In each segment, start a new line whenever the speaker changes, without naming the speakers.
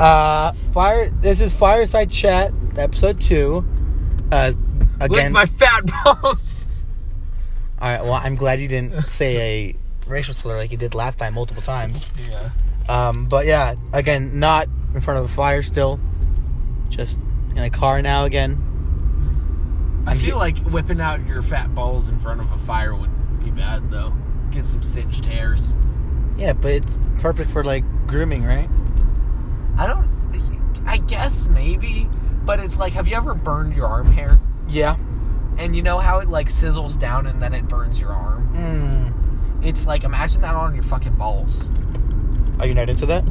Uh, fire. This is fireside chat episode two. Uh,
Lick
again.
my fat balls.
all right. Well, I'm glad you didn't say a racial slur like you did last time multiple times.
Yeah.
Um, but yeah, again, not in front of a fire still. Just in a car now again.
I
I'm
feel
ge-
like whipping out your fat balls in front of a fire would be bad though. Get some singed hairs.
Yeah, but it's perfect for like grooming, right?
I don't. I guess maybe, but it's like, have you ever burned your arm hair?
Yeah.
And you know how it like sizzles down and then it burns your arm.
Mm.
It's like imagine that on your fucking balls.
Are you not into that?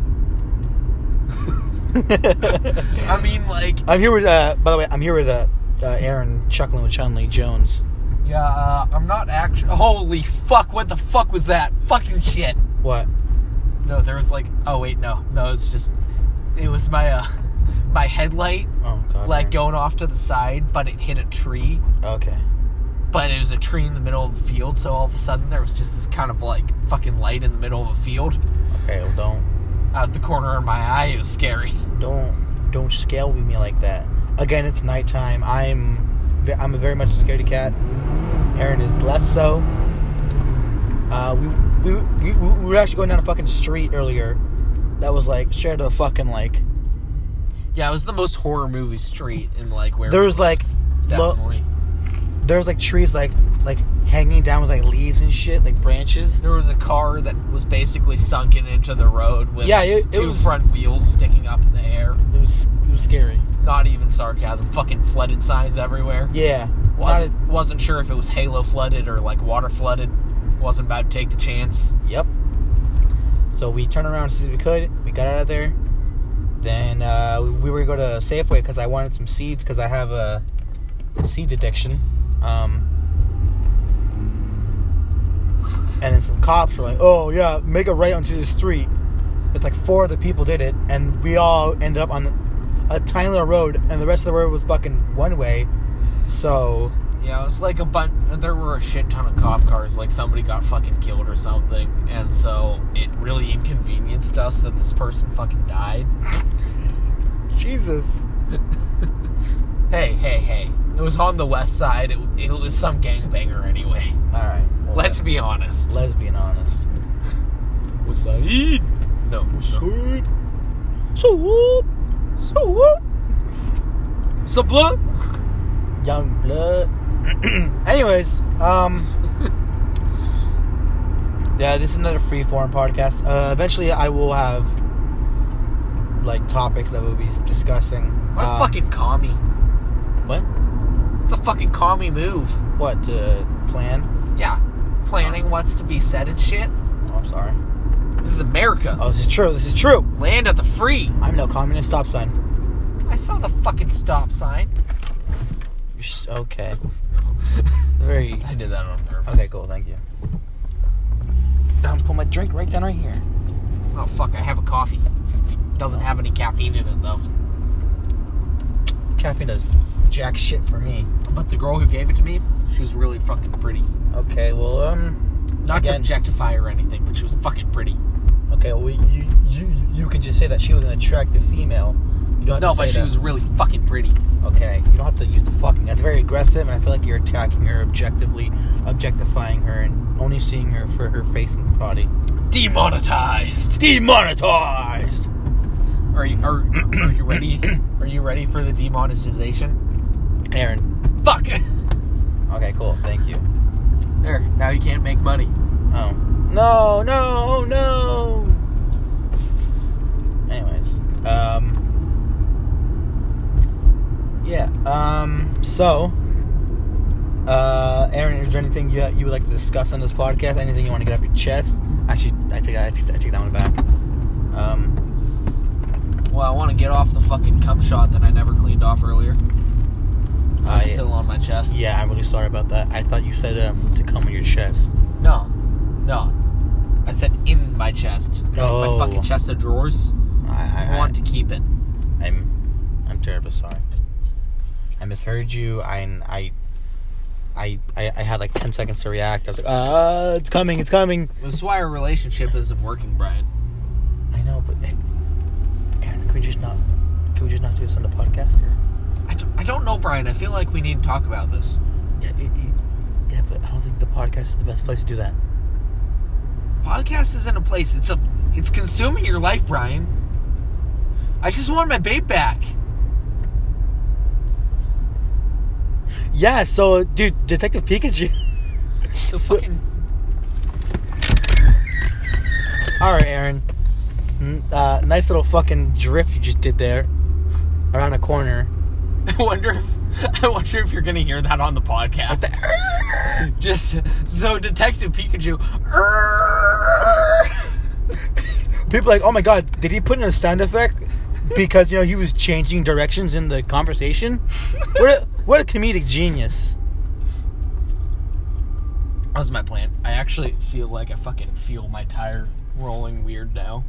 I mean, like,
I'm here with. Uh, by the way, I'm here with uh, uh, Aaron chuckling with Chun Lee Jones.
yeah, uh, I'm not actually. Holy fuck! What the fuck was that? Fucking shit.
What?
No, there was like, oh wait, no, no, it's just, it was my uh, my headlight
Oh God.
like
Aaron.
going off to the side, but it hit a tree.
Okay.
But it was a tree in the middle of the field, so all of a sudden there was just this kind of like fucking light in the middle of a field.
Okay. Well, don't,
Out the corner of my eye, it was scary.
don't, don't scale with me like that. Again, it's nighttime. I'm, ve- I'm a very much scaredy cat. Aaron is less so. Uh, we, we, we, we were actually going down a fucking street earlier. That was like straight to the fucking like.
Yeah, it was the most horror movie street in like where
There
we
was like,
were,
lo-
definitely.
there was like trees like like hanging down with like leaves and shit like branches.
there was a car that was basically sunken into the road with
Yeah, it- it
two
was-
front wheels sticking up in the air.
It was it was scary.
Not even sarcasm. Fucking flooded signs everywhere.
Yeah. Not
wasn't wasn't sure if it was halo flooded or like water flooded. Wasn't about to take the chance.
Yep. So we turned around as soon as we could. We got out of there. Then uh, we- we were going to go to Safeway because I wanted some seeds because I have a seed addiction. Um, and then some cops were like, "Oh yeah, make a right onto the street." It's like four other people did it, and we all ended up on a tiny little road, and the rest of the road was fucking one way. So
Yeah, it was like a bunch. There were a shit ton of cop cars. Like somebody got fucking killed or something, and so it really inconvenienced us that this person fucking died.
Jesus.
Hey, hey, hey! It was on the west side. It, it was some gangbanger anyway.
All right. well,
Let's be honest.
let's be honest.
Wasaid. No.
Sweet. Swoop. Swoop.
Sabla.
Young blood. Anyways, um. yeah, this is another free form podcast. Uh, eventually, I will have like topics that we'll be s- discussing.
What
Um,
a fucking commie.
what?
It's a fucking commie move.
What to plan?
Yeah. Planning what's to be said and shit.
Oh, I'm sorry.
This is America.
Oh, this is true. This is true.
Land of the free.
I'm no communist. Stop sign.
I saw the fucking stop sign.
You're s- okay. Very.
I did that on purpose.
Okay, cool. Thank you. I'm put my drink right down right here.
Oh fuck, I have a coffee. Doesn't have any caffeine in it though.
Caffeine does jack shit for me.
But the girl who gave it to me, she was really fucking pretty.
Okay, well, um,
Not to
again,
objectify or anything, but she was fucking pretty.
Okay, well, you you you could just say that she was an attractive female. You don't have
No,
to say
but she
that.
was really fucking pretty.
Okay, you don't have to use the fucking. That's very aggressive, and I feel like you're attacking her objectively, objectifying her, and only seeing her for her face and body.
Demonetized.
Demonetized.
Are you are, are you ready? Are you ready for the demonetization?
Aaron.
Fuck.
Okay, cool. Thank you.
There. Now you can't make money.
Oh. No, no, oh, no. Anyways, um Yeah, um so uh Aaron, is there anything you, you would like to discuss on this podcast? Anything you want to get off your chest? Actually, I take that I take, that- I take that one back. Um
Well, I want to get off the fucking cum shot that I never cleaned off earlier.
I-
It's still on my chest.
yeah, I'm really sorry about that. I thought you said um, to come on your chest.
No, no. I said in my chest. Like
Oh.
My fucking chest of drawers.
I, I,
I want to keep it.
I'm I'm terribly sorry. I misheard you. I I I I, I had like ten seconds to react. I was like, uh, it's coming, it's coming.
This is why our relationship isn't working, Brian.
I know, but hey, eh, Aaron, could we just not
don't know, Brian. I feel like we need to talk about this.
Yeah, it- it- yeah, but I don't think the podcast is the best place to do that.
Podcast isn't a place. It's a. It's consuming your life, Brian. I just want my babe back.
Yeah, so dude, Detective Pikachu.
So,
So-
fucking.
All right, Aaron. Mm, Uh, nice little fucking drift you just did there, around a corner.
I wonder if I wonder if you're gonna hear that on the podcast. Just so Detective Pikachu.
People are like, oh my god, did he put in a sound effect because you know he was changing directions in the conversation? What a, what a comedic genius!
That was my plan. I actually feel like I fucking feel my tire rolling weird now.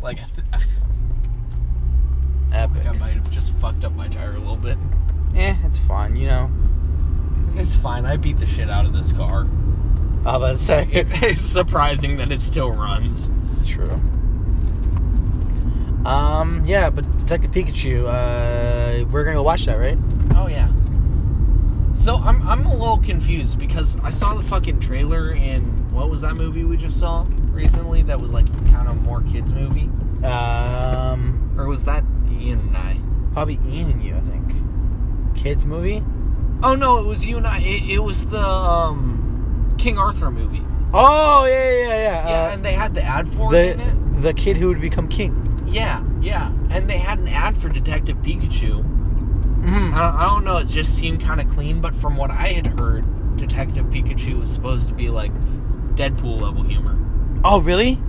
Like I, th- I f-
Epic.
think I might have just fucked up my tire a little bit.
Eh, it's fun, you know.
It's fine. I beat the shit out of this car.
I was about to say
It's surprising that it still runs.
True. Um, yeah, but Detective Pikachu, uh, we're gonna go watch that, right?
Oh yeah. So I'm I'm a little confused because I saw the fucking trailer in what was that movie we just saw recently that was like kind of more kids movie
Um,
or was that Ian and I?
probably Ian and you, I think. Kids movie?
Oh no, it was you and I. It, it was the um, King Arthur movie.
Oh yeah, yeah, yeah.
Yeah,
uh,
and they had the ad for it in it.
the the kid who would become king.
Yeah, yeah, and they had an ad for Detective Pikachu. I
Mhm.
don't, I don't know. It just seemed kind of clean, but from what I had heard, Detective Pikachu was supposed to be like Deadpool level humor.
Oh really?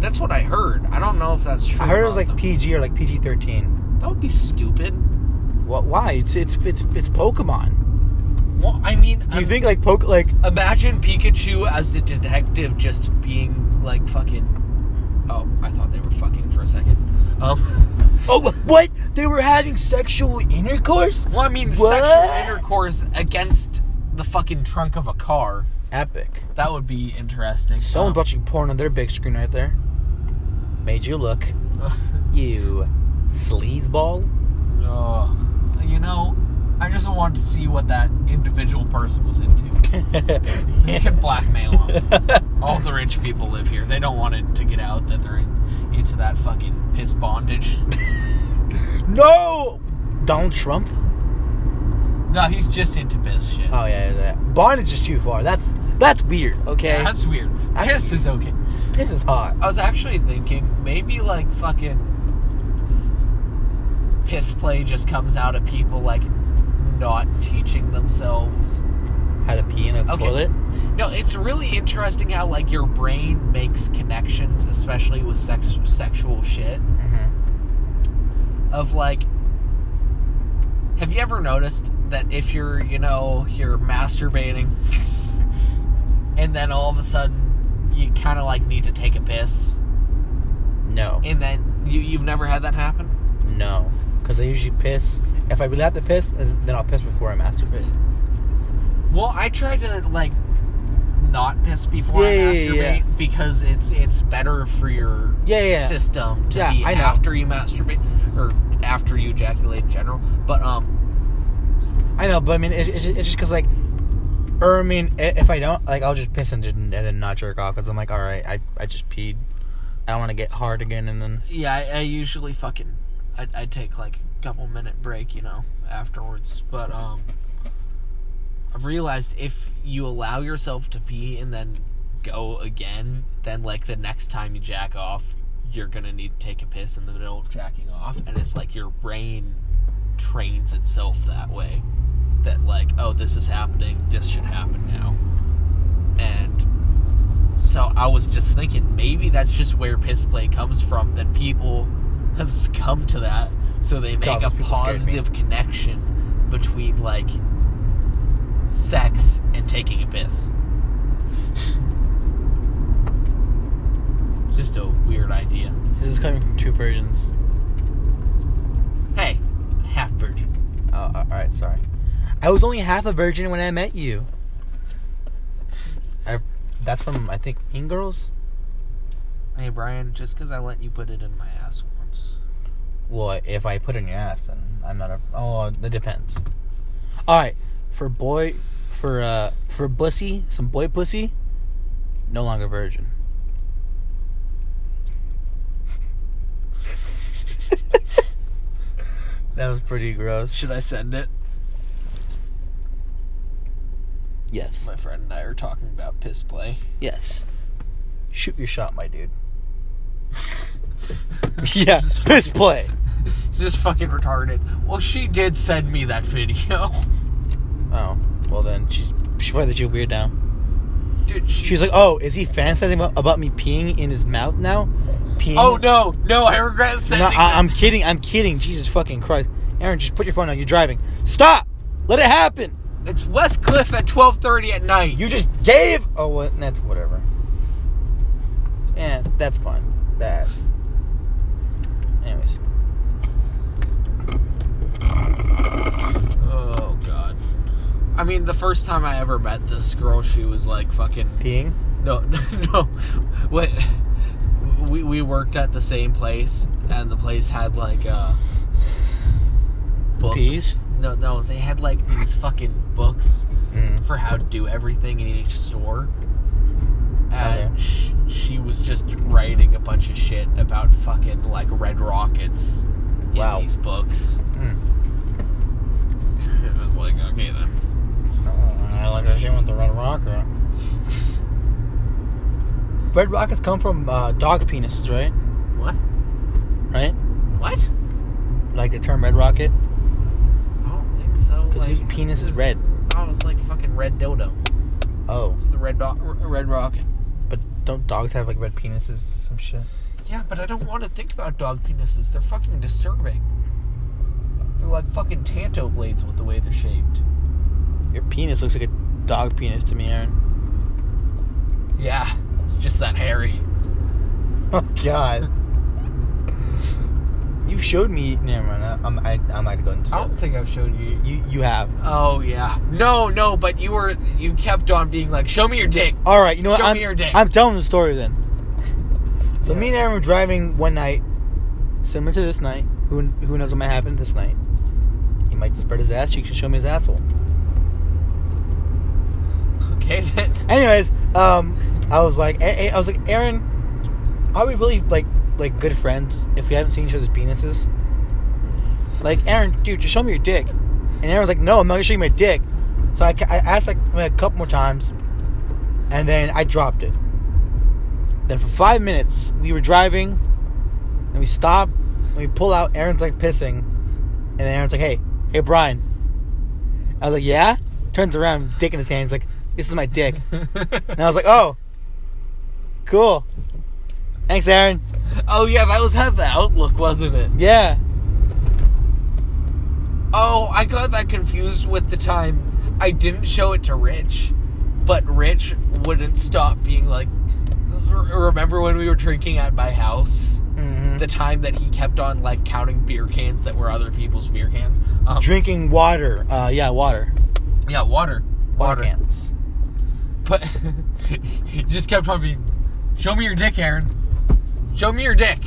That's what I heard. I don't know if that's true.
I heard it
or
was like
not, though.
PG or like PG thirteen.
that would be stupid.
What? Why? It's it's it's it's Pokemon.
Well, I mean,
Do you
I'm-
think like poke like?
Imagine Pikachu as a detective just being like fucking. Oh, I thought they were fucking for a second. Um,
Oh what? They were having sexual intercourse?
well, I mean,
What?
sexual intercourse against the fucking trunk of a car.
Epic.
That would be interesting.
Someone
Um,
watching porn on their big screen right there. Made you look. You sleazeball.
Ugh. you know, I just wanted to see what that individual person was into. You can blackmail them. All the rich people live here. They don't want it to get out that they're in, into that fucking piss bondage.
no! Donald Trump?
No, he's just into piss shit.
Oh yeah, yeah, yeah. Bondage is too far. That's that's weird, okay?
Yeah, that's weird. Piss is okay.
this is hot.
I was actually thinking maybe like fucking piss play just comes out of people like not teaching themselves.
How to pee in a
Okay.
toilet?
No, it's really interesting how like your brain makes connections, especially with sex sexual shit.
Mm-hmm.
Of like, have you ever noticed that if you're you know you're masturbating, and then all of a sudden you kind of like need to take a piss,
No,
and then you you've never had that happen?
no, because I usually piss. If I really have to piss, uh, then I'll piss before I masturbate.
Well, I try to like not piss before I
Yeah, yeah,
masturbate
yeah.
because it's it's better for your
Yeah, yeah.
system to
Yeah,
be
I know.
after you masturbate or after you ejaculate in general. But um,
I know, but I mean, it's, it's just because like, or I mean, i- if I don't, like, I'll just piss and, then- and then not jerk off because I'm like, all right, I, I just peed. I don't want to get hard again, and then
yeah, I, I usually fucking I, I take like a couple minute break, you know, afterwards. But um, I've realized if you allow yourself to pee and then go again, then like the next time you jack off, you're gonna need to take a piss in the middle of jacking off, and it's like your brain trains itself that way. That like, oh, this is happening. This should happen now. And so I was just thinking, maybe that's just where piss play comes from. That people have succumbed to that, so they make
God,
a
those people scared me.
positive connection between like sex and taking a piss. Just a weird idea.
this is coming from two versions.
Hey, half virgin.
Oh, all right, sorry. I was only half a virgin when I met you. I, that's from I think Mean Girls.
Hey Brian, just because I let you put it in my ass once,
Well, if I put it in your ass, then I'm not a. Oh, that depends. All right, for boy, for uh, for pussy, some boy pussy, no longer virgin. that was pretty gross.
Should I send it?
Yes.
My friend and I are talking about piss play.
Yes. Shoot your shot, my dude. yeah, piss play.
Just fucking retarded. Well, she did send me that video.
Oh, well then she she probably thinks you're weird now.
Dude, she,
She's like, oh, is he fantasizing about, about me peeing in his mouth now? Peeing?
Oh no, no, I regret
No,
sending.
I,
that.
I'm kidding. I'm kidding. Jesus fucking Christ, Aaron, just put your phone down. You're driving. Stop. Let it happen.
It's West Cliff at 12:30 at night.
You just gave. Oh, what? That's whatever. Yeah, that's fine. That. Anyways,
Oh god. I mean, the first time I ever met this girl, she was like fucking
peeing.
no, no, no. What? We we worked at the same place, and the place had like uh books.
Peas?
No, no, they had like these fucking books
Mm.
for how to do everything in each store.
Okay.
And sh- she was just writing a bunch of shit about fucking like red rockets in
Wow.
these books.
Mm.
It was like, okay then.
Mm-hmm. I like that shit with the red rocket. Red rockets come from uh, dog penises, right?
What?
Right?
What?
Like the term red rocket.
I don't think so.
'Cause whose penis is
it's-
red?
Oh, it's like fucking red dodo.
Oh,
It's the red do- r- red rocket.
but don't dogs have like red penises? or Some shit.
Yeah, but I don't want to think about dog penises. They're fucking disturbing. They're like fucking tanto blades with the way they're shaped.
Your penis looks like a dog penis to me, Aaron.
Yeah, it's just that hairy.
Oh God. you showed me. Never mind. I- I'm. I, I might go into.
I don't
it.
think I've shown you.
You. You have.
Oh yeah. No, no, but you were you kept on being like, "Show me your dick."
All right. You know what?
Show
I'm,
me your dick.
I'm telling the story then. So
Yeah.
me and Aaron were driving one night, similar to this night. Who who knows what might happen this night? He might spread his ass. You should show me his asshole.
Okay then.
Anyways, um, I was like, I, I was like, Aaron, are we really like like good friends if we haven't seen each other's penises? Like, Aaron, dude, just show me your dick. And Aaron was like, No, I'm not gonna show you my dick. So I, ca- I asked like a couple more times, and then I dropped it. Then for five minutes, we were driving, and we stop, and we pull out. Aaron's like pissing, and then Aaron's like, Hey, hey, Brian. I was like, Yeah. Turns around, dick in his hand. He's like, This is my dick. And I was like, oh, cool. Thanks, Aaron.
oh yeah, that was how the outlook, wasn't it?
Yeah.
Oh, I got that confused with the time I didn't show it to Rich, but Rich wouldn't stop being like, "R- remember when we were drinking at my house?
Mm-hmm.
The time that he kept on like counting beer cans that were other people's beer cans. Um,
Drinking water. Uh, yeah, water.
yeah, water,
Water cans.
But he just kept on being, show me your dick, Aaron. Show me your dick.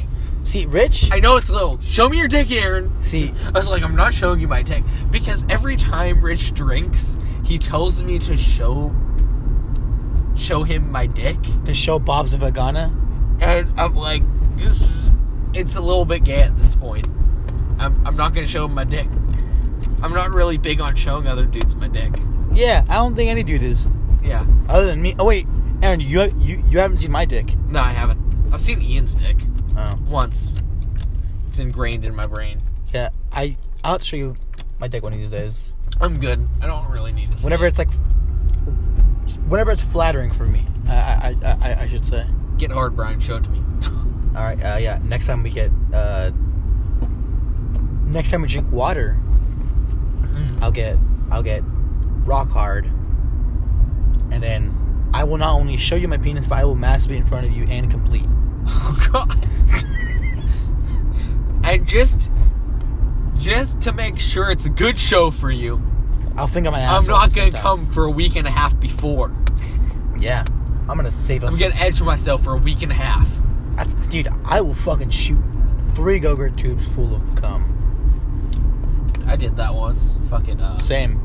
See, Rich.
I know it's little. Show me your dick, Aaron.
See,
I was like, I'm not showing you my dick because every time Rich drinks, he tells me to show show him my dick,
the show Bob's of Vagana.
and I'm like, this is, it's a little bit gay at this point. I'm I'm not gonna show him my dick. I'm not really big on showing other dudes my dick.
Yeah, I don't think any dude is,
Yeah,
other than me. Oh wait, Aaron, you you you haven't seen my dick.
no, I haven't. I've seen Ian's dick
Oh.
once. It's ingrained in my brain.
Yeah, I I'll have to show you my dick one of these days.
I'm good. I don't really need to. see
Whenever
it.
it's like, whenever it's flattering for me, I I I, I- I should say.
get hard, Brian, show it to me.
All right. Uh, yeah. Next time we get. Uh, next time we drink water,
Mm.
I'll get I'll get rock hard, and then I will not only show you my penis, but I will masturbate in front of you and complete.
Oh god. and just just to make sure it's a good show for you,
I'll finger my ass.
I'm not gonna come for a week and a half before.
Yeah, I'm gonna save us.
I'm gonna edge myself for a week and a half.
That's, dude, I will fucking shoot three Go-Gurt tubes full of cum.
I did that once. Fucking uh,
Same.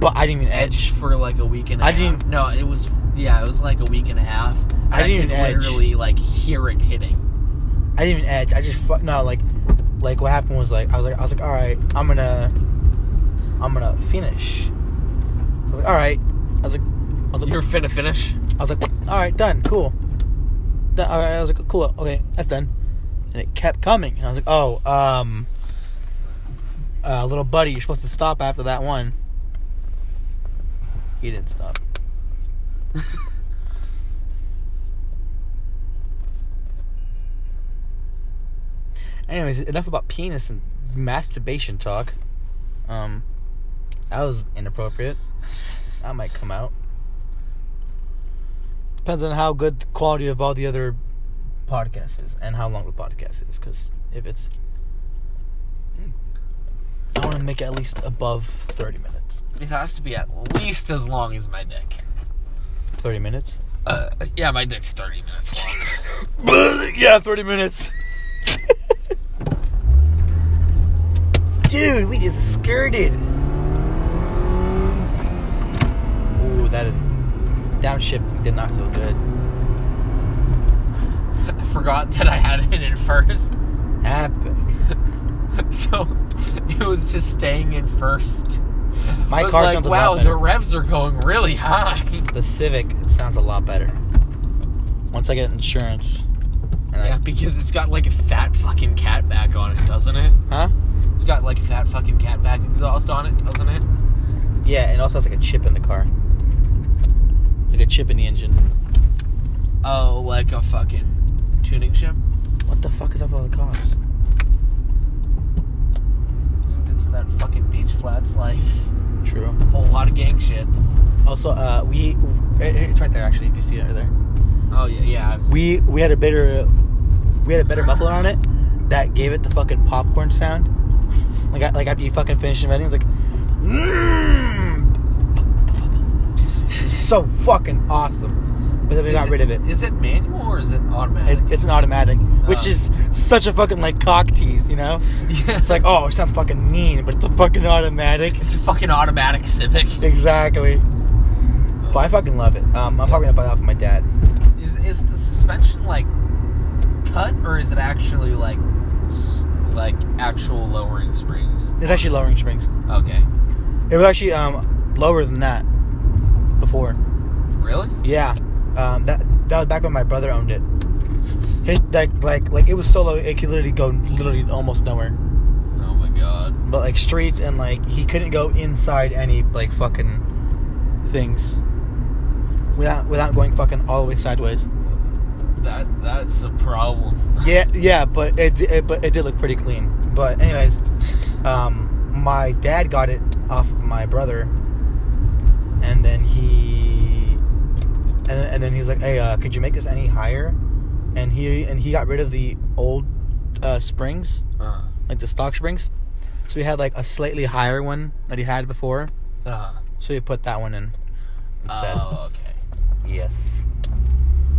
But I didn't even edge.
edge for like a week and a
I
half.
didn't-
No, it was yeah, it was like a week and a half.
I didn't
could
edge.
literally like hear it hitting.
I didn't even edge. I just fu- no like, like what happened was like I was like I was like all right I'm gonna, I'm gonna finish. So I was like all right. I was like, I was like,
You're finna finish.
I was like all right done cool. Done, all right, I was like cool okay that's done, and it kept coming and I was like oh um, uh, little buddy you're supposed to stop after that one. He didn't stop. Anyways, enough about penis and masturbation talk. Um, that was inappropriate. That might come out. Depends on how good the quality of all the other podcasts is and how long the podcast is. Because if it's, I want to make it at least above thirty minutes.
It has to be at least as long as my dick.
Thirty minutes.
Uh, yeah, my dick's thirty minutes long.
yeah, thirty minutes. Dude, we just skirted. Ooh, that downshift did not feel good.
I forgot that I had it in first,
Epic.
so it was just staying in first.
My
I was
car
like,
sounds a
wow,
lot better.
the revs are going really high.
The Civic sounds a lot better. Once I get insurance, and
yeah, because it's got like a fat fucking cat back on it, doesn't it?
I, huh?
It's got like a fat fucking cat back exhaust on it, doesn't it?
Yeah, and also has like a chip in the car, like a chip in the engine.
Oh, like a fucking tuning ship?
What the fuck is up with all the cars?
Dude, It's that fucking beach flats life.
True.
Whole lot of gang shit.
Also, uh, we it, it's right there actually. If you see it right there,
Oh yeah, yeah. I've seen-
we we had a better we had a better muffler on it that gave it the fucking popcorn sound. Like I, like after you fucking finish inventing, it's like, mmm, It was so fucking awesome. But then we
Is
got rid of it.
Is it manual or is it automatic?
it it's an automatic, which
Oh.
is such a fucking like cock tease, you know?
Yeah.
It's like, oh, it sounds fucking mean, but it's a fucking automatic.
It's a fucking automatic Civic.
Exactly. But I fucking love it. Um, I'm probably gonna buy that for my dad.
Is is the suspension like cut or is it actually like s- like actual lowering springs?
It's actually lowering springs.
Okay.
It was actually um lower than that before.
Really?
Yeah, um, that that was back when my brother owned it. His, like like like it was so low it could literally go literally almost nowhere.
Oh my god.
But like streets and like he couldn't go inside any like fucking things without without going fucking all the way sideways.
That that's a problem.
Yeah, yeah, but it, it but it did look pretty clean. But anyways, um, my dad got it off of my brother, and then he, and, and then he's like, "Hey, uh, could you make this any higher?" And he and he got rid of the old uh, springs,
Uh,
like the stock springs. So we had like a slightly higher one that he had before.
uh,
So he put that one in instead.
oh, okay.
Yes.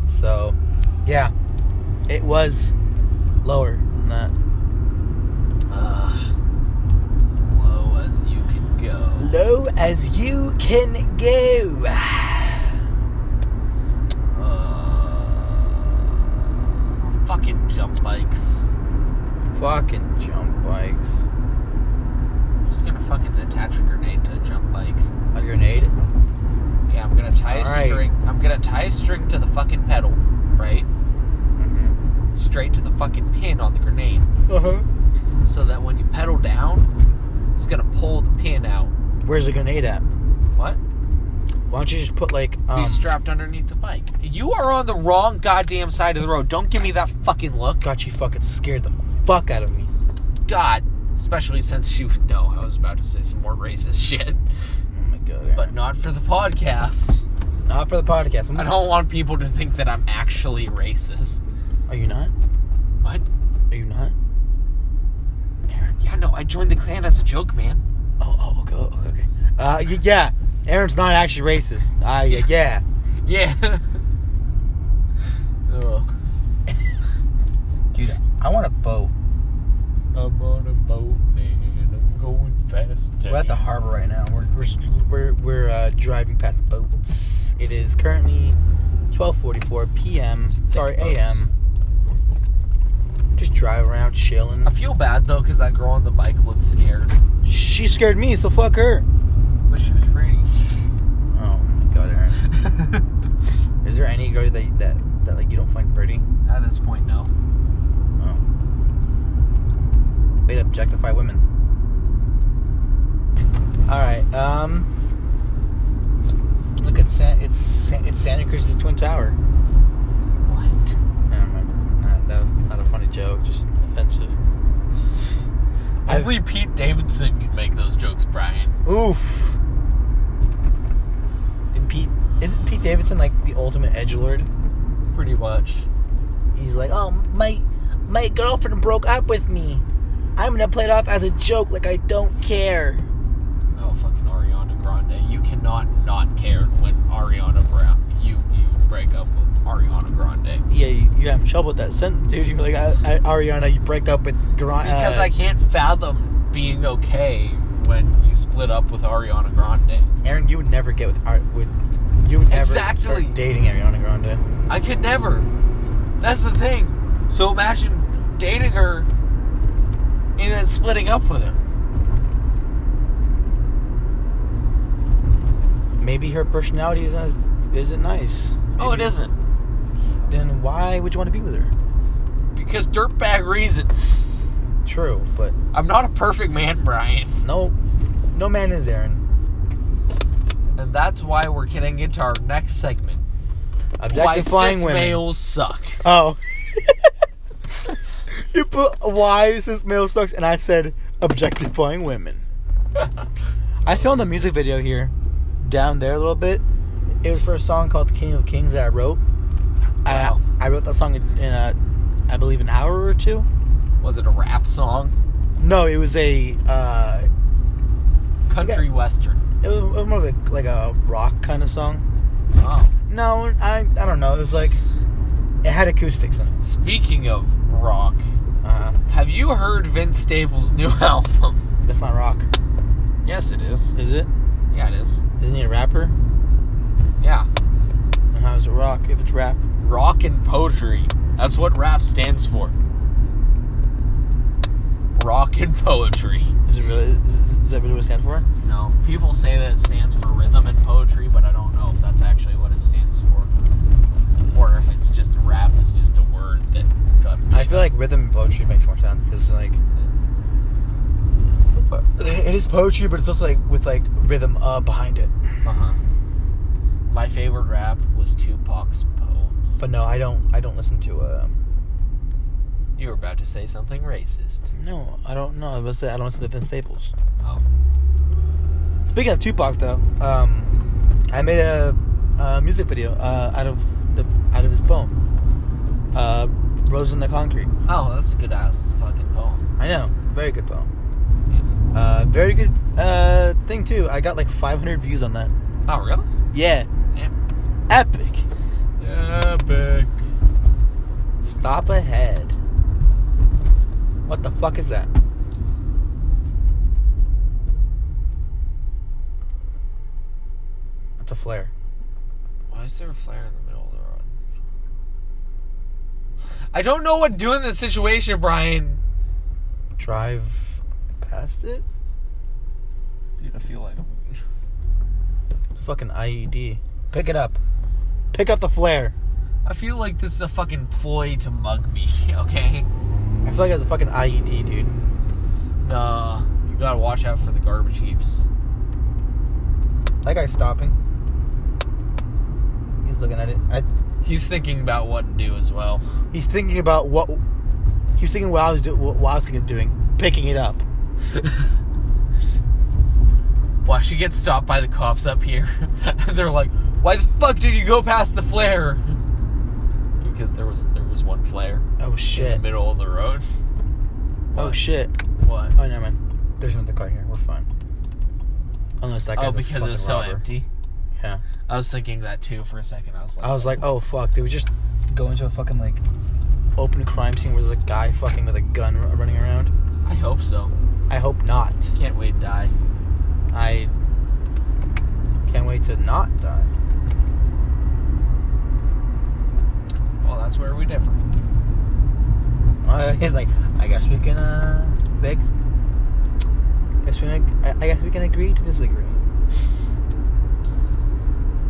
So, yeah, it was lower than that.
Uh, low as you can go.
low as you can go.
Uh, fucking jump bikes.
Fucking jump bikes.
I'm just gonna fucking attach a grenade to a jump bike.
A grenade?
Yeah, I'm gonna tie a
Alright.
string. I'm gonna tie a string to the fucking pedal, right?
Mm-hmm.
Straight to the fucking pin on the grenade,
Uh
Uh-huh.
huh.
so that when you pedal down, it's gonna pull the pin out.
Where's the grenade at?
What?
Why don't you just put like um?
Be strapped underneath the bike. You are on the wrong goddamn side of the road. Don't give me that fucking look.
Got you fucking scared the fuck out of me.
God, especially since you know I was about to say some more racist shit,
Oh my god.
but not for the podcast.
not for the podcast.
I don't want people to think that I'm actually racist.
Are you not?
What?
Are you not? Aaron.
Yeah, no, I joined the clan as a joke, man.
Oh oh okay okay okay. Uh y- yeah, Aaron's not actually racist. Uh yeah yeah.
Yeah. Ugh.
Dude, I want a boat.
I'm on a boat, man. I'm going fast.
We're at the harbor right now. We're we're s- we're, we're uh, driving past boats. It is currently 12:44 p.m. Sorry,
boats.
a.m. Just drive around chilling.
I feel bad though, cause that girl on the bike looked scared,
She scared me, so fuck her.
but she was pretty.
Oh my god, Aaron. Is there any girl that that that like you don't find pretty?
At this point, no.
Oh. Way to objectify women. All right. Um. Look at San. It's San, it's Santa Cruz's twin tower.
What?
I don't remember. Nah, that was not a funny joke. Just offensive. I've-
Only Pete Davidson can make those jokes, Brian.
Oof. And Pete isn't Pete Davidson like the ultimate edge lord?
Pretty much.
He's like, oh my, my girlfriend broke up with me. I'm gonna play it off as a joke, like I don't care.
Oh, fucking Ariana Grande. You cannot not care when Ariana Brown. You you break up with Ariana Grande.
Yeah, you, you have trouble with that sentence, dude. You're like, I, I, Ariana, you break up with Grant.
Because
uh,
I can't fathom being okay when you split up with Ariana Grande.
Aaron, you would never get with Ar- would you would never
Exactly.
start dating Ariana Grande.
I could never. That's the thing. So imagine dating her and then splitting up with her.
Maybe her personality isn't as, isn't nice.
Oh, it
Maybe-
isn't.
Then why would you want to be with her?
Because dirtbag reasons.
True, but
I'm not a perfect man, Brian.
no, no man is Aaron.
And that's why we're getting into our next segment. Why
Objectifying
cis
women.
males suck.
Oh. you put why cis male sucks, and I said objectifying women. I filmed a music video here, down there a little bit. It was for a song called "King of Kings" that I wrote.
Wow.
I I wrote that song in a, I believe an hour or two.
Was it a rap song?
No, it was a uh,
Country western.
it was, it was more like like a rock kind of song.
Oh.
No, I I don't know. It was like it had acoustics in it.
Speaking of rock,
Uh,
have you heard Vince Staples' new album?
that's not rock,
Yes, it is.
is it?
Yeah, it is.
Isn't he a rapper?
Yeah.
And how Uh-huh, is it rock if it's rap?
Rock and poetry. That's what rap stands for. Rock and poetry.
Is it really? Is, is that really what it stands for?
No, people say that it stands for rhythm and poetry, but I don't know if that's actually what it stands for. Or if it's just rap is just a word that got
I feel like rhythm and poetry makes more sense because like Uh, it is poetry, but it's also like with like rhythm uh, behind it.
Uh-huh. My favorite rap was Tupac's poems.
But no, I don't. I don't listen to. Uh,
You were about to say something racist.
no, I don't know. I was I don't listen to Vince Staples.
Oh.
Speaking of Tupac, though, um, I made a, a music video uh, out of the out of his poem, uh, "Rose in the Concrete."
Oh, that's a good ass fucking poem.
I know, very good poem. Uh, very good uh, thing too. I got like 500 views on that.
Oh, really?
Yeah,
Damn.
epic.
Epic.
Stop ahead. What the fuck is that? That's a flare.
Why is there a flare in the middle of the road? I don't know what to do in this situation, Brian.
Drive past it?
Dude, I feel like
Fucking IED. Pick it up. Pick up the flare.
I feel like this is a fucking ploy to mug me, okay?
I feel like it's a fucking IED, dude.
Nah. You gotta watch out for the garbage heaps.
That guy's stopping. He's looking at it. I,
He's thinking about what to do as well.
he's thinking about what. He was thinking what I was doing. What I was thinking of doing. Picking it up.
Why she gets stopped by the cops up here? They're like, "Why the fuck did you go past the flare?" Because there was there was one flare
Oh
in the
shit.
middle of the road.
Oh
What?
shit.
What?
Oh never mind. There's another car here. We're fine. Unless that guy's
Oh,
a
because it
fucking
was so
robber.
empty.
Yeah.
I was thinking that too for a second. I was like,
oh, I was like, oh fuck, did we just go into a fucking like open crime scene where there's a guy fucking with a gun r- running around?
I hope so.
I hope not.
Can't wait to die.
I can't wait to not die.
Well, that's where we differ.
Uh, he's like, I guess we can, uh, beg. Guess we can, ag- I I guess we can agree to disagree.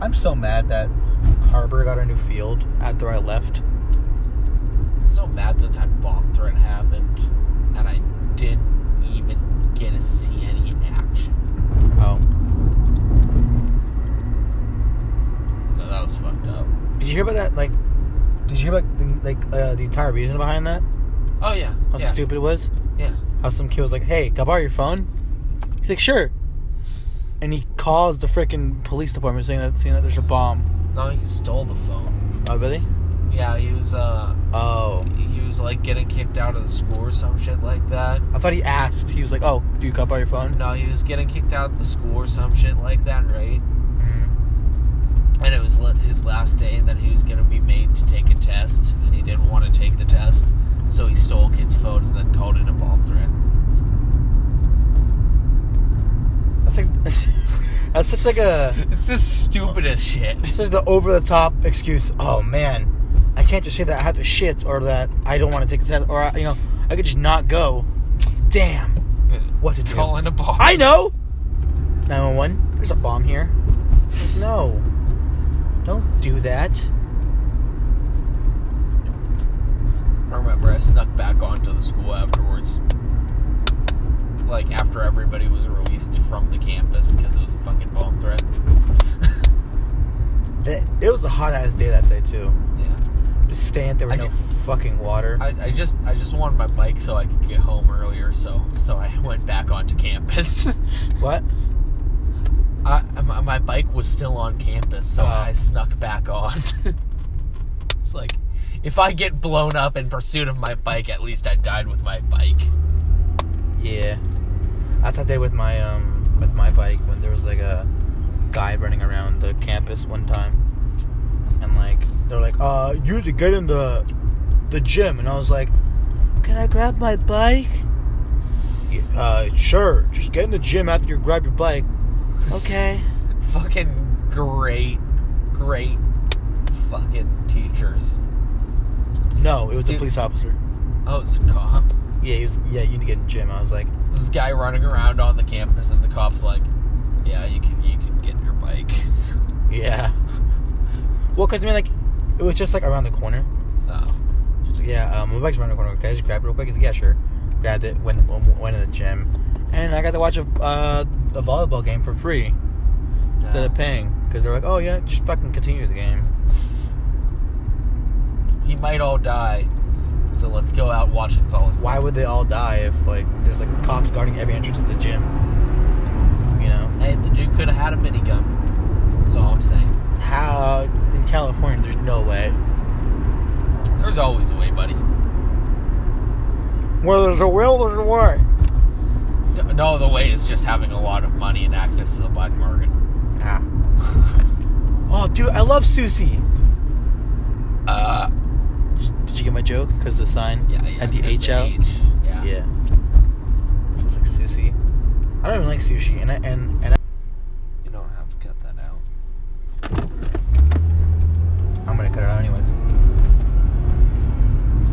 I'm so mad that Harbor got a new field after I left.
So mad that that bomb threat happened, and I didn't even get to see any action.
Oh,
No, that was fucked up.
did you hear about that? Like, did you hear about the, like uh, the entire reason behind that?
Oh yeah.
How
yeah.
stupid it was?
Yeah.
How some kid was like, "Hey, can I borrow your phone?" He's like, "Sure," and he calls the freaking police department saying that saying that there's a bomb.
No, he stole the phone.
Oh, really?
Yeah, he was uh
Oh.
he was like getting kicked out of the school or some shit like that.
I thought he asked. He was like, "Oh, do you cut by your phone?"
No, he was getting kicked out of the school or some shit like that, right?
Mm-hmm.
And it was li- his last day, and then he was gonna be made to take a test, and he didn't want to take the test, so he stole a kid's phone and then called it a bomb threat.
That's like that's such like a
This is stupid as shit.
such the over the top excuse. Oh man, I can't just say that I have the shits or that I don't want to take a test or I, you know I could just not go. Damn, what to do?
Call in a bomb.
I know. Nine one one. There's a bomb here. Like, no, don't do that.
I remember I snuck back onto the school afterwards. Like after everybody was released from the campus because it was a fucking bomb threat.
It, it was a hot ass day that day too.
Yeah.
Just stand there with
I
no
ju-
fucking water.
I, I just I just wanted my bike so I could get home earlier, so so I went back onto campus.
what?
I, my, my bike was still on campus, so
Oh.
I snuck back on. it's like if I get blown up in pursuit of my bike, at least I died with my bike.
Yeah. That's how I did with my um with my bike when there was like a guy running around the campus one time. And like they're like, uh, you need to get in the the gym and I was like, Can I grab my bike? "Yeah, Uh sure, just get in the gym after you grab your bike. Okay.
fucking great, great fucking teachers.
No, it was a
Dude.
police officer.
Oh, it's a cop.
Yeah, he was yeah, you need to get in the gym. I was like,
This guy running around on the campus, and the cop's like, "Yeah, you can you can get your bike."
Yeah. Well, cause I mean, like, it was just like around the corner.
Oh,
She's like, yeah, um, my bike's around the corner. Can I just grab it real quick? He's like, yeah, sure. Grabbed it. Went went to the gym, and I got to watch a uh, a volleyball game for free instead
Yeah.
of paying. Cause they're like, oh yeah, just fucking continue the game.
he might all die, so let's go out watching volleyball.
Why would they all die if like there's like cops guarding every entrance to the gym? You know
Hey, the dude could have had a minigun. That's all I'm saying.
how in California there's no way.
There's always a way, buddy.
Where there's a will, there's a way.
No, no, the way is just having a lot of money and access to the black market.
Ah. Oh, dude, I love Susie. Uh, did you get my joke? Cause the sign
Yeah, yeah.
had the
'cause
H out.
Yeah.
Yeah. This is like sushi. I don't even like sushi, and I, and and I,
You don't have to cut that out.
I'm gonna cut it out anyways.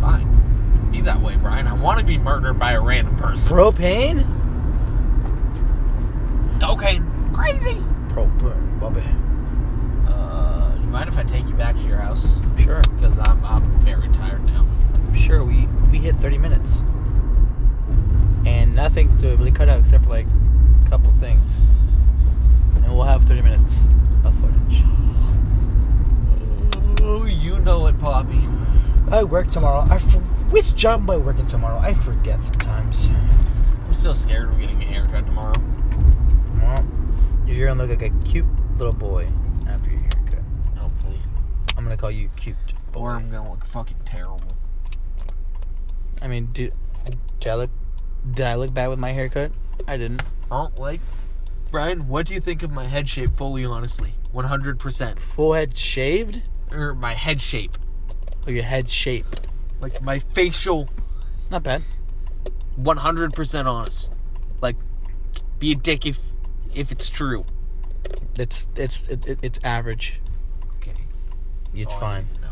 Fine. Be that way, Brian. I want to be murdered by a random person.
Propane.
Cocaine. Crazy.
Propane, Bobby.
Uh, you mind if I take you back to your house?
Sure,
Because I'm, I'm very tired now.
sure. We we hit 30 minutes, and nothing to really cut out except for like a couple things, and we'll have 30 minutes of footage.
Oh, you know it, Poppy.
I work tomorrow. I for, which job am I working tomorrow? I forget sometimes.
I'm still scared of getting a haircut tomorrow.
Well, you're gonna look like a cute little boy after your haircut.
Hopefully.
I'm gonna call you cute. Boy.
Or I'm gonna look fucking terrible.
I mean, did, did I look did I look bad with my haircut? I didn't.
I don't like. Brian, what do you think of my head shape? Fully, honestly, 100%.
Full head shaved
Or my head shape.
or your head shape?
Like my facial
Not bad.
100% honest. Like be a dick if if it's true.
It's it's it, it- it's average.
Okay.
It's
Oh, I
fine.
don't know.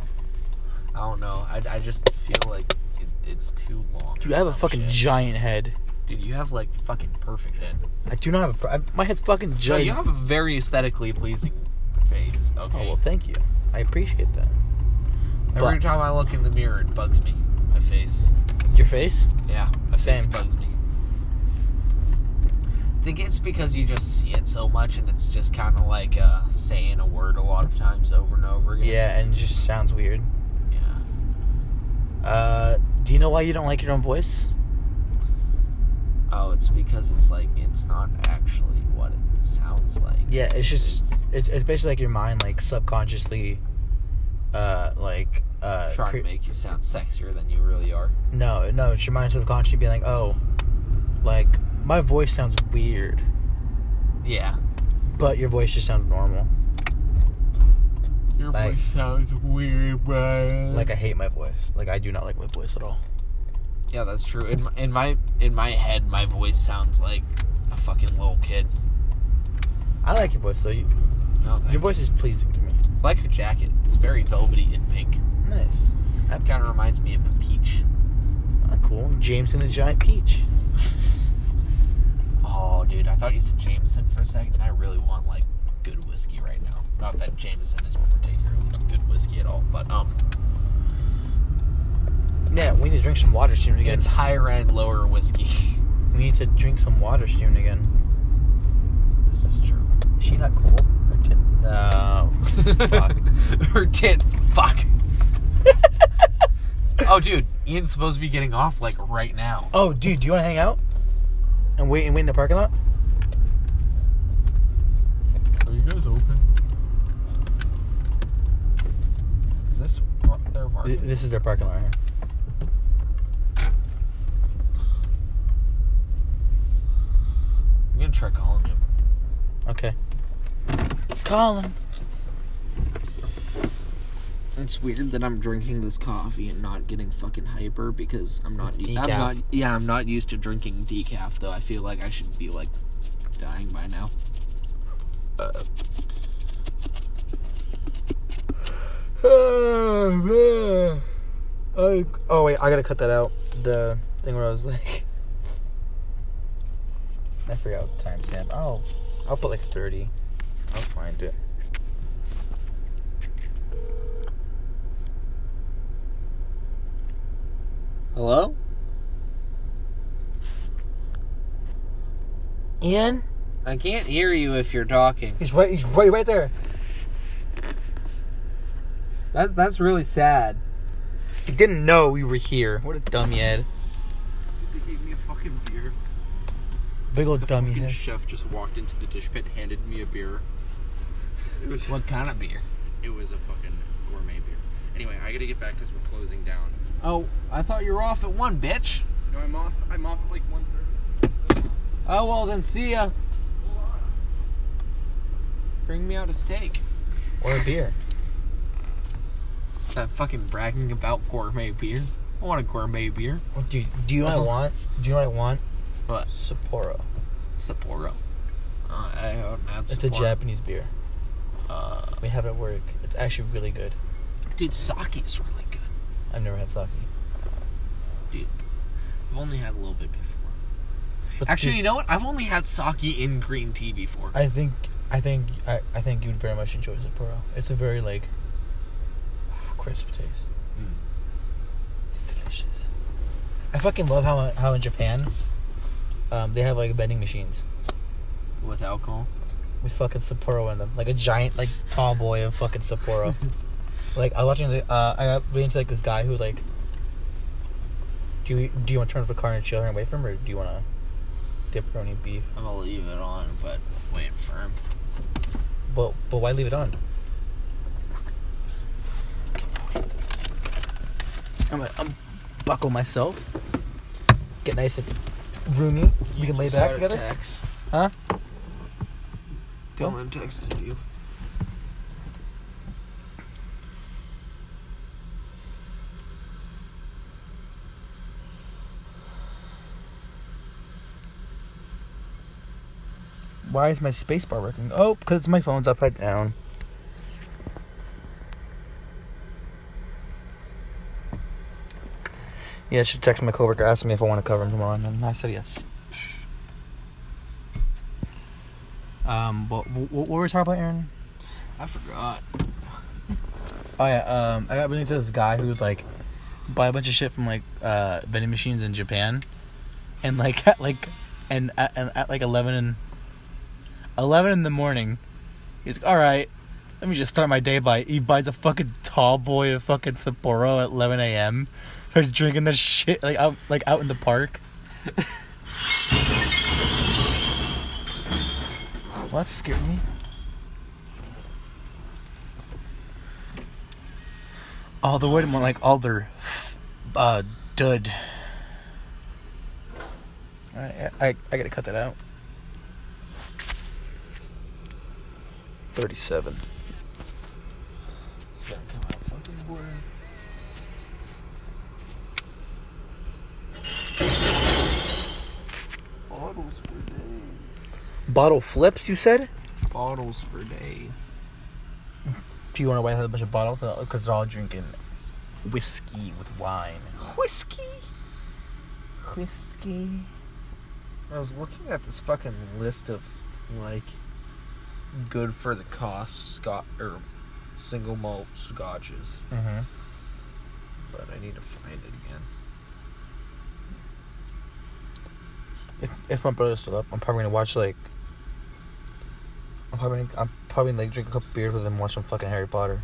I don't know. I, I just feel like it, it's too long.
Dude,
or
I have a
some
fucking
shit.
giant head.
Dude, you have like fucking perfect head.
I do not have a. pro- I- My head's fucking
No,
giant.
you have a very aesthetically pleasing face. Okay.
Oh well, thank you. I appreciate that.
Every
but-
time I look in the mirror, it bugs me. My face.
Your face?
Yeah, my face
Same.
bugs me. I think it's because you just see it so much, and it's just kind of like uh, saying a word a lot of times over and over again.
Yeah, and it just sounds weird.
Yeah.
Uh, do you know why you don't like your own voice?
Oh, it's because it's like it's not actually what it sounds like.
Yeah, it's just it's, it's basically like your mind like subconsciously, uh, like uh,
trying to
cre-
make you sound sexier than you really are.
no, no, it's your mind subconsciously being like, oh, like my voice sounds weird,
Yeah.
but your voice just sounds normal.
Your
Like- voice
sounds weird, bro.
Like I hate my voice. Like I do not like my voice at all.
yeah, that's true. In my, in my in my head, my voice sounds like a fucking little kid.
I like your voice though. You,
No, thank
your voice is pleasing to me.
you. I like your jacket. It's very velvety and pink.
Nice.
It kind of reminds me of a peach.
Ah, cool. James and the Giant Peach.
Oh, dude, I thought you said Jameson for a second. I really want like good whiskey right now. Not that Jameson is particularly good whiskey at all, but um,
Yeah, we need to drink some water soon again.
it's higher end, lower whiskey.
we need to drink some water soon again.
this is true.
Is she not cool? Her tit- No. Fuck.
Her tit. Fuck. oh, dude, Ian's supposed to be getting off like right now.
Oh, dude, do you want to hang out? And wait and wait in the parking lot?
Are you guys open? Is this par- their
Th-
apartment?
This is their parking lot right here.
I'm gonna try calling him.
Okay. Colin.
It's weird that I'm drinking this coffee and not getting fucking hyper because I'm not.
It's
u- I'm
decaf.
not. Yeah, I'm not used to drinking decaf though. I feel like I should be like dying by now.
Oh, man. I, oh, wait, I gotta cut that out. The thing where I was like. I forgot what the timestamp. Oh, I'll put like 30. I'll find it.
Hello?
Ian?
I can't hear you if you're talking.
He's right, he's right, right there.
That's that's really sad.
He didn't know we were here. What a dummy head.
They gave me a fucking beer.
Big old
The
dummy
fucking
head.
chef just walked into the dish pit, handed me a beer. It was
What kind of beer?
it was a fucking gourmet beer. Anyway, I gotta get back because we're closing down.
Oh, I thought you were off at one, bitch.
No, I'm off. I'm off at like 1.30.
Oh well, then see ya. Bring me out a steak.
Or a beer.
That fucking bragging about gourmet beer. I want a gourmet beer.
Oh, Dude, do you know what I
Also-
want? Do you know what I want?
What?
Sapporo.
Sapporo. Uh, I don't know.
It's a Japanese beer.
Uh,
We have it at work. It's actually really good.
dude, sake is really good.
I've never had sake.
I've only had a little bit before.
But
Actually,
dude,
you know what? I've only had sake in green tea before.
I think I think I, I think you'd very much enjoy Sapporo. It's a very like crisp taste.
Mm.
It's delicious. I fucking love how how in Japan, um, they have like vending machines
With alcohol.
with fucking Sapporo in them, like a giant like tall boy of fucking Sapporo. like I was watching, the- uh, I got really into like this guy who like. Do you, do you want to turn off the car and chill and wait for him, or do you want to dip pepperoni beef?
I'm gonna leave it on, but wait for him.
But but why leave it on? I'm gonna unbuckle myself. Get nice and roomy. We can lay back together.
Text.
Huh?
Dylan texted you.
Why is my space bar working? Oh, because my phone's upside down. Yeah, I should text my coworker asking me if I want to cover him tomorrow, and then I said yes. Um, what, what, what were we talking about, Aaron?
I forgot.
Oh yeah, um, I got really into this guy who would like buy a bunch of shit from like uh, vending machines in Japan, and like at like and at, and at like eleven and eleven in the morning, he's like, all right, let me just start my day by he buys a fucking tall boy of fucking Sapporo at eleven a.m. Starts drinking this shit like out like out in the park. well, that scared me. All the way more like alder, uh, dud. All right, I, I I gotta cut that out. Thirty-seven.
It's gonna come out fucking blurry. Bottles for days.
Bottle flips. You said.
Bottles for days.
Do you want to buy a bunch of bottles? Because they're all drinking whiskey with wine.
Whiskey.
Whiskey.
I was looking at this fucking list of like good for the cost scot or single malt scotches,
Mm-hmm.
but I need to find it again.
If if my brother's still up, I'm probably gonna watch like. I'm probably gonna, I'm probably gonna, like drink a couple beers with him, watch some fucking Harry Potter.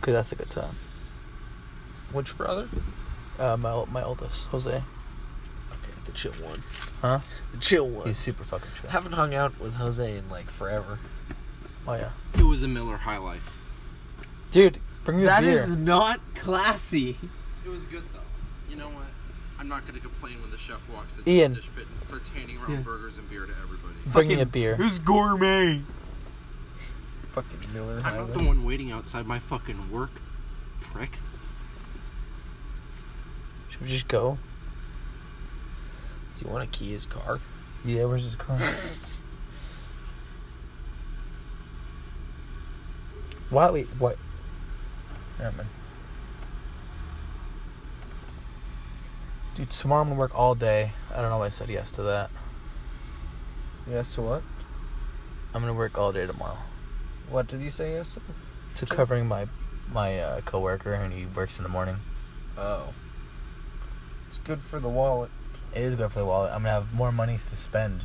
Cause that's a good time.
Which brother?
Uh, my ol- my oldest Jose,
Okay, the chill one.
huh?
The chill one.
He's super fucking chill.
Haven't hung out with Jose in like forever.
Oh yeah,
It was a Miller High Life.
dude, bring me
That
a beer.
is not classy.
It was good though. You know what? I'm not gonna complain when the chef walks into
Ian.
the dish pit and starts handing around
Yeah.
burgers and beer to everybody.
bring me
fucking-
a beer.
Who's gourmet? Fucking Miller
I'm
High
not the
Life.
one waiting outside my fucking work, prick.
Should we just go?
Do you want to key his car?
Yeah, where's his car? Why? Wait, what? Never mind. Dude, tomorrow I'm gonna work all day. I don't know why I said yes to that.
Yes to what?
I'm gonna work all day tomorrow
What did you say yes to?
to covering my my uh, coworker, and he works in the morning.
Oh. It's good for the wallet.
It is good for the wallet. I'm gonna have more monies to spend.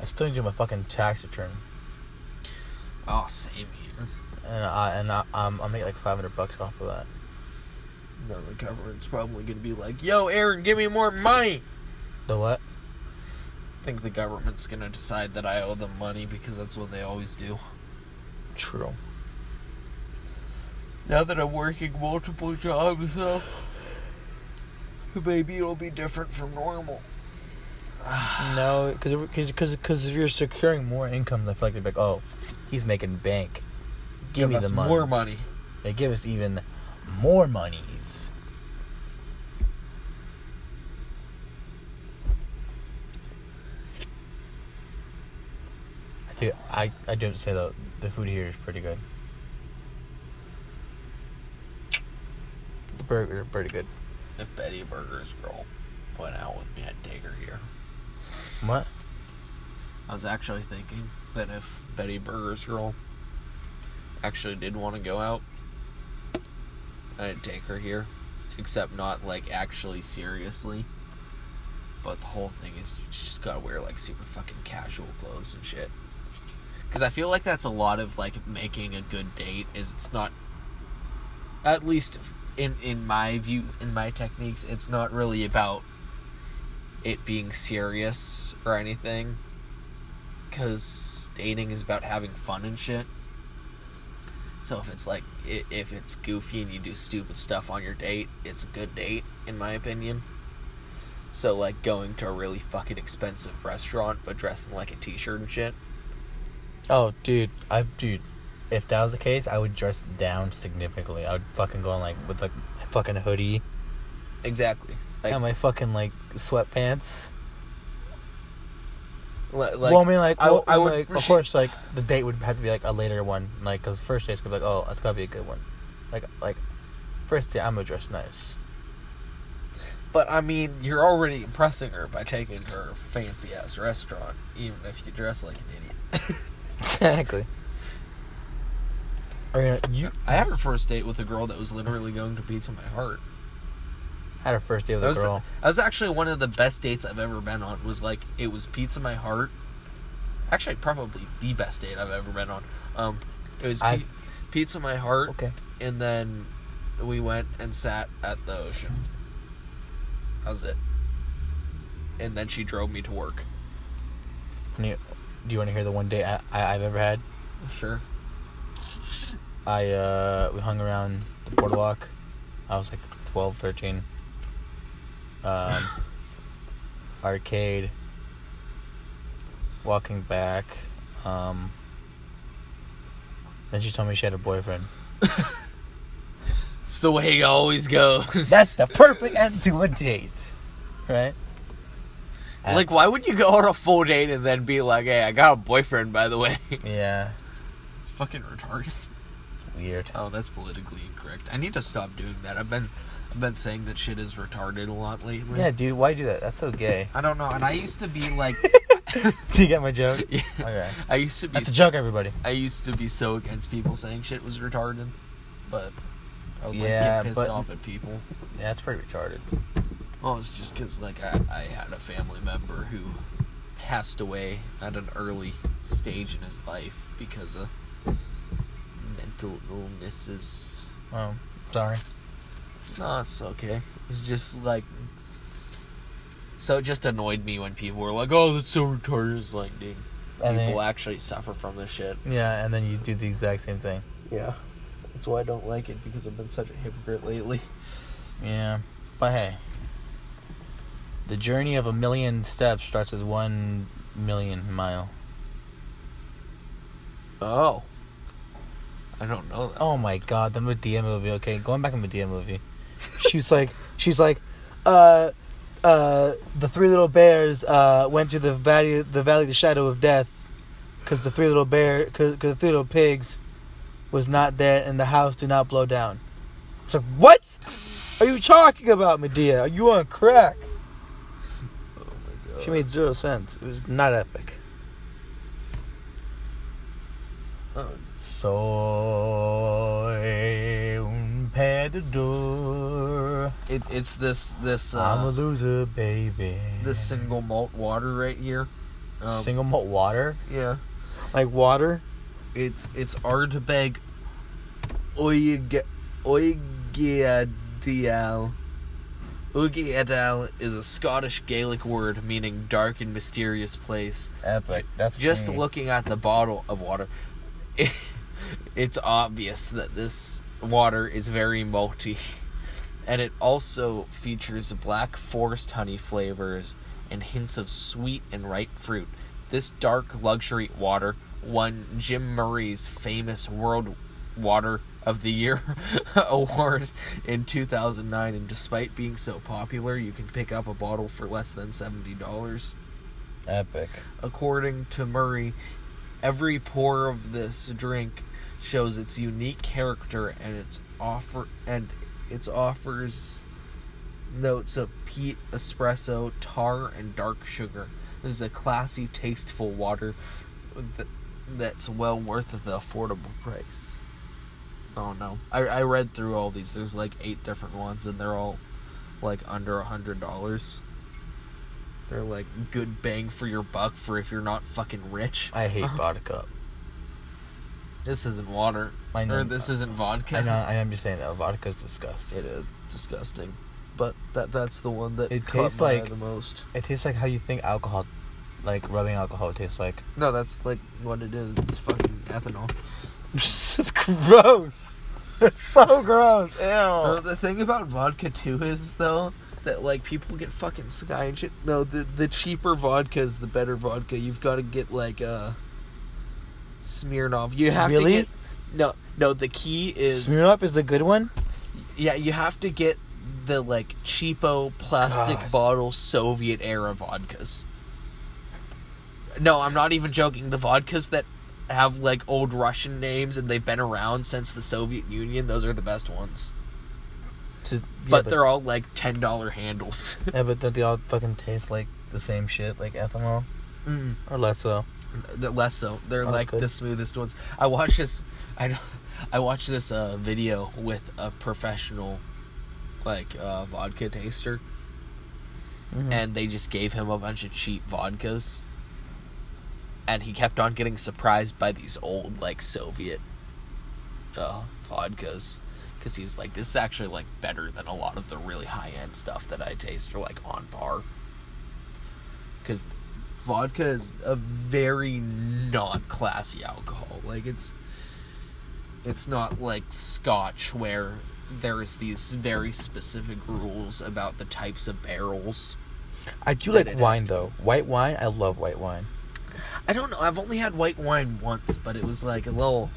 I still need to do my fucking tax return,
Oh, same here.
and I and I, I'm I make like 500 bucks off of that.
No, the government's probably going to be like, yo, Aaron, give me more money.
The what?
I think the government's going to decide that I owe them money because that's what they always do.
True.
Now that I'm working multiple jobs, though, maybe it'll be different from normal.
No, because because because if you're securing more income, I feel like they'd be like, oh, he's making bank. Give, me
us
the
more
monies.
money.
They give us even more monies. Dude, I, I do have to say though, the food here is pretty good. The burger is pretty good.
If Betty Burger's girl went out with me, I'd take her here.
What?
I was actually thinking that if Betty Burger's girl actually did want to go out, I'd take her here. Except not like actually seriously. But the whole thing is you just gotta wear like super fucking casual clothes and shit. Cause I feel like that's a lot of like making a good date is it's not at least in in my views, in my techniques, it's not really about it being serious or anything because dating is about having fun and shit. So if it's like i- if it's goofy and you do stupid stuff on your date, it's a good date in my opinion. So like going to a really fucking expensive restaurant but dressed in like a t-shirt and shit.
Oh, dude, I dude, if that was the case, I would dress down significantly. I would fucking go in like with like a fucking hoodie,
Exactly.
and my fucking like sweatpants.
Like,
well, I mean, like,
I,
well,
I would.
like, of
appreciate-
course, like the date would have to be like a later one, like because first date's gonna be like, oh, it's gotta be a good one, like like first date I'm gonna dress nice.
But I mean, you're already impressing her by taking her to her fancy ass restaurant, even if you dress like an idiot.
Exactly. Or you, know, you
I had a first date with a girl that was literally going to be to my heart.
had a first date with
That
a
was,
girl.
that was actually one of the best dates I've ever been on. Was like it was pizza my heart. Actually, probably the best date I've ever been on. Um, it was
I-
pi- pizza my heart,
Okay.
and then we went and sat at the ocean. That was it. And then she drove me to work.
Can you, do you want to hear the one date I, I, I've ever had?
Sure.
I uh we hung around the boardwalk. I was like 12, 13. Um, arcade. Walking back. Um, then she told me she had a boyfriend.
It's the way it always goes.
That's the perfect end to a date, right?
like, why would you go on a full date and then be like, "Hey, I got a boyfriend, by the way."
Yeah,
It's fucking retarded.
weird.
Oh, that's politically incorrect. I need to stop doing that. I've been I've been saying that shit is retarded a lot lately.
Yeah, dude, why do that? That's so gay.
I don't know. And I used to be like
do you get my joke?
Yeah.
Okay.
I used to be
That's a joke, everybody.
I used to be so against people saying shit was retarded, but I would
Yeah,
like get pissed
but-
off at people.
Yeah, that's pretty retarded.
Well, it's just cuz like I I had a family member who passed away at an early stage in his life because of mental illnesses.
Oh, sorry.
No, it's okay. It's just like. So it just annoyed me when people were like, "Oh, that's so retarded." It's like, dude,
And
people
then,
actually suffer from this shit.
yeah, and then you do the exact same thing.
Yeah, that's why I don't like it because I've been such a hypocrite lately.
Yeah, but hey, the journey of a million steps starts with one million mile.
Oh, I don't know that.
Oh my god, the Medea movie. Okay, going back to Medea movie, she's like, she's like, uh, uh, the three little bears uh went to the valley, the valley of the shadow of death, because the three little bear, because the three little pigs, was not there, and the house did not blow down. It's like, what are you talking about, Medea? Are you on crack?
Oh my god.
She made zero sense. It was not epic.
Oh, it's-
Soy un perdedor.
it, it's this this
I'm a
uh,
loser, baby.
this single malt water right here. Um,
single malt water,
yeah,
like water.
it's it's Ardbeg Oig Oigiadial. Oigiadial is a Scottish Gaelic word meaning dark and mysterious place.
Epic. That's
Just
me.
looking at the bottle of water, it's obvious that this water is very malty, and it also features black forest honey flavors and hints of sweet and ripe fruit. This dark luxury water won Jim Murray's famous World Water of the Year award in 2009, and despite being so popular, you can pick up a bottle for less than seventy dollars.
Epic.
According to Murray, every pour of this drink shows its unique character and its offer and its offers notes of peat, espresso, tar, and dark sugar. This is a classy, tasteful water that, that's well worth the affordable price. Oh no, I I read through all these. There's like eight different ones, and they're all like under a hundred dollars. They're like good bang for your buck for if you're not fucking rich.
I hate vodka.
This isn't water.
I know.
Or this isn't vodka.
I know. I know I'm just saying that vodka's disgusting.
It is disgusting. But that that's the one that
It
caught
tastes
my eye
like-
the most.
It tastes like how you think alcohol, like rubbing alcohol, tastes like.
No, that's like what it is. It's fucking ethanol.
it's gross. It's so gross. Ew.
Uh, the thing about vodka too is though that like people get fucking sky and shit. No, the the cheaper vodka is the better vodka. You've got to get like uh Smirnoff. You have
Really?
to get no no. The key is
Smirnoff is a good one.
yeah. You have to get the like cheapo plastic
God.
bottle Soviet era vodkas. No, I'm not even joking. The vodkas that have like old Russian names and they've been around since the Soviet Union, those are the best ones.
To, yeah,
but, they're all like ten dollar handles.
Yeah, but don't they all fucking taste like the same shit, like ethanol
Mm,
or less so?
the less so. They're
Sounds
like
good.
the smoothest ones. I watched this. I don't- I watched this uh, video with a professional, like uh, vodka taster,
Mm-hmm.
and they just gave him a bunch of cheap vodkas. And he kept on getting surprised by these old, like, Soviet uh, vodkas. Because he was like, this is actually, like, better than a lot of the really high end stuff that I taste, or, like, on par. Because vodka is a very non classy alcohol. Like, it's. It's not like scotch where there is these very specific rules about the types of barrels.
I do
That
like
it
wine
has-
though. White wine, I love white wine.
I don't know. I've only had white wine once, but it was like a little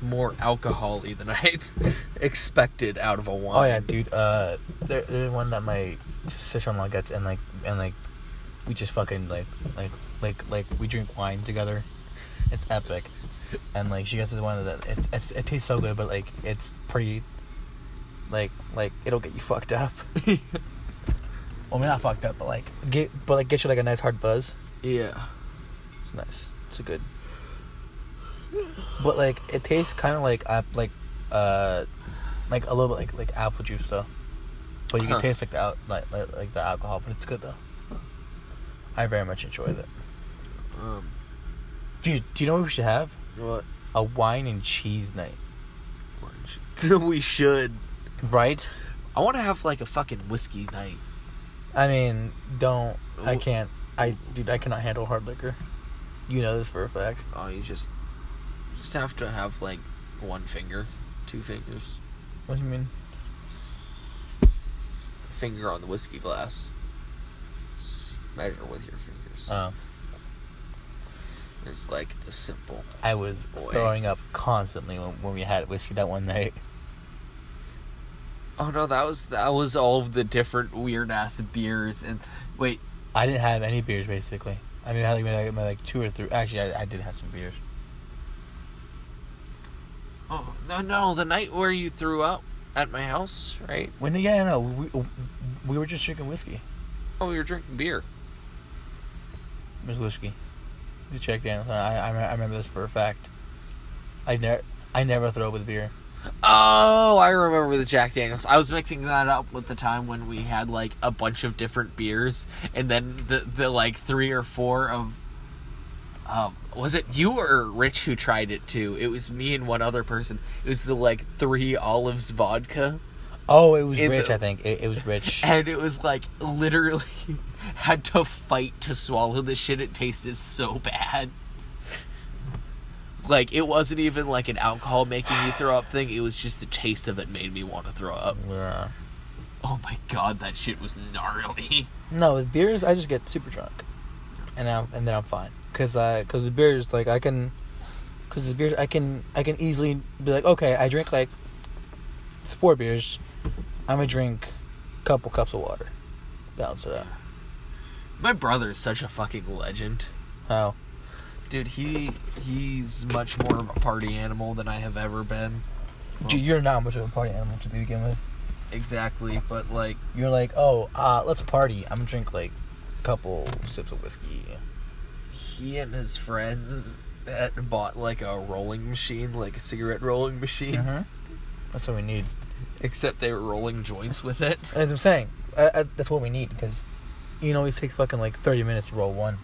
more alcoholy than I expected out of a wine.
Oh yeah, dude. Uh, there, there's one that my sister-in-law gets, and like, and like, we just fucking like, like, like, like we drink wine together. It's epic, and like she gets this one that it, it's it tastes so good, but like it's pretty, like, like it'll get you fucked up. well, I mean, not fucked up, but like get, but like get you like a nice hard buzz.
Yeah.
It's nice. It's a good. But like it tastes kind of like uh, like uh like a little bit like like apple juice though. But you
Huh.
can taste like the al- like, like like the alcohol, but it's good though. I very much enjoyed it.
Um.
Dude, do you know what we should have?
What?
A wine and cheese night,
we should.
right?
I want to have like a fucking whiskey night.
I mean, don't I
Wh-
can't I dude I cannot handle hard liquor. You know this for a fact.
Oh, you just just have to have like one finger, two fingers,
What do you mean?
finger on the whiskey glass. S- Measure with your fingers.
Um,
it's like the simple.
I was
Boy.
throwing up constantly when, when we had whiskey that one night.
Oh no, that was that was all of the different weird ass beers and wait,
I didn't have any beers basically. I mean, I had like, maybe, like, maybe, like two or three. Actually, I, I did have some beers.
oh no no, the night where you threw up at my house, right?
When yeah, no, we we were just drinking whiskey.
Oh, you were drinking beer.
It was whiskey. We checked in. I I, I remember this for a fact. I never I never throw up with beer.
Oh, I remember the Jack Daniels. I was mixing that up with the time when we had like a bunch of different beers, and then the the like three or four of. Um, was it you or Rich who tried it too? It was me and one other person. It was the like three olives vodka,
Oh, it was
In
rich.
the-
I think it, it was rich.
and it was like literally had to fight to swallow the shit. It tasted so bad. Like it wasn't even like an alcohol making you throw up thing. It was just the taste of it made me want to throw up.
Yeah.
Oh my god, that shit was gnarly.
No, with beers I just get super drunk, and I'm, and then I'm fine. Cause I cause the beers like I can, cause the beers I can I can easily be like okay I drink like four beers, I'm gonna drink couple cups of water, balance it out.
My brother is such a fucking legend.
How?
Dude, he he's much more of a party animal than I have ever been.
Dude, you're not much of a party animal to begin with.
Exactly, but like
You're like, oh, uh, let's party. I'm gonna drink like a couple sips of whiskey.
he and his friends had bought like a rolling machine, like a cigarette rolling machine,
Mm-hmm. That's what we need.
except they were rolling joints with it.
As I'm saying, I, I, that's what we need because you can always take fucking like 30 minutes to roll one.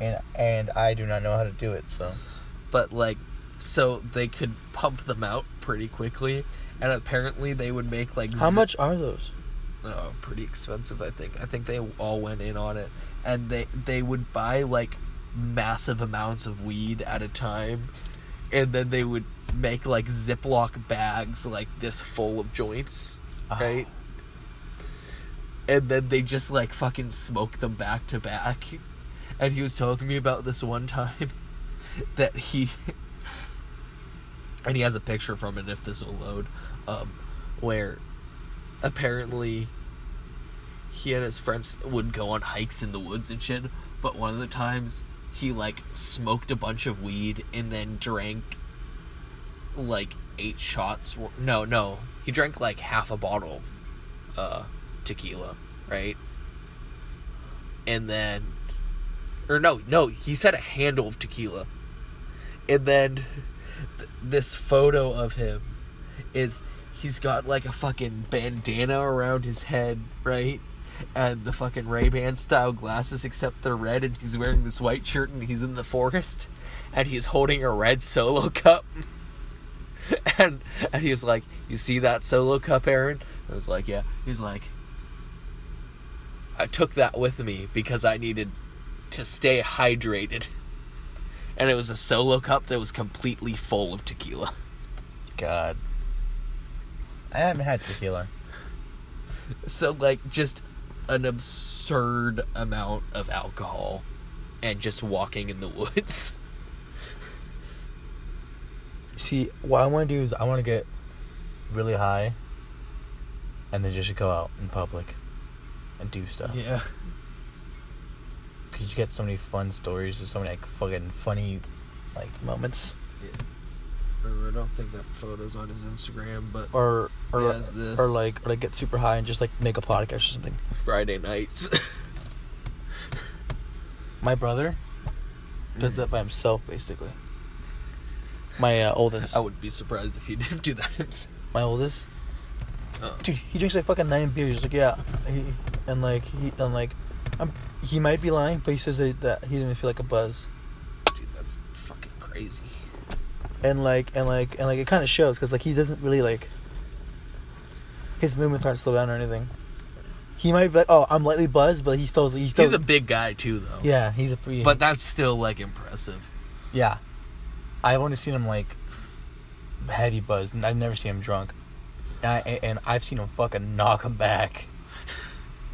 and and I do not know how to do it, so
But like so they could pump them out pretty quickly. And apparently they would make like
how
z-
much are those?
uh, pretty expensive. I think. I think they all went in on it, and they they would buy like massive amounts of weed at a time, and then they would make like Ziploc bags like this full of joints,
Ah.
right? And then they just like fucking smoke them back to back. And he was talking to me about this one time that he and he has a picture from it if this will load. Um, where apparently he and his friends would go on hikes in the woods and shit, but one of the times he like smoked a bunch of weed and then drank like eight shots. wor- No, no, he drank like half a bottle of uh, tequila, right? And then, or no, no, he said a handle of tequila, and then th- this photo of him is he's got like a fucking bandana around his head, right? And the fucking Ray Ban style glasses, except they're red, and he's wearing this white shirt, and he's in the forest, and he's holding a red solo cup. And and he was like, "You see that solo cup, Aaron?" I was like, "Yeah." He's like, "I took that with me because I needed to stay hydrated." And it was a solo cup that was completely full of tequila.
God. I haven't had tequila.
So like just an absurd amount of alcohol and just walking in the woods.
See, what I want to do is I want to get really high, and then just go out in public and do stuff.
Yeah.
Cause you get so many fun stories and so many like fucking funny, like moments.
I don't think that photo's on his Instagram, but
Or or
Yeah, it's this.
or like or like get super high and just like make a podcast or something.
Friday nights.
My brother does that by himself, basically. My uh, oldest.
I would be surprised if he didn't do that himself.
My oldest.
Oh.
Dude, he drinks like fucking nine beers. He's like, yeah, he, and like he and like, I'm, he might be lying, but he says that, that he didn't feel like a buzz,
Dude, that's fucking crazy.
and like and like and like it kind of shows because like he doesn't really like. His movements aren't slow down or anything. He might be like, oh, I'm lightly buzzed, but he still he still
He's a big guy too though.
yeah he's a pretty
But that's still like impressive.
yeah, I've only seen him like heavy buzzed. and I've never seen him drunk, and, I, and I've seen him fucking knock him back.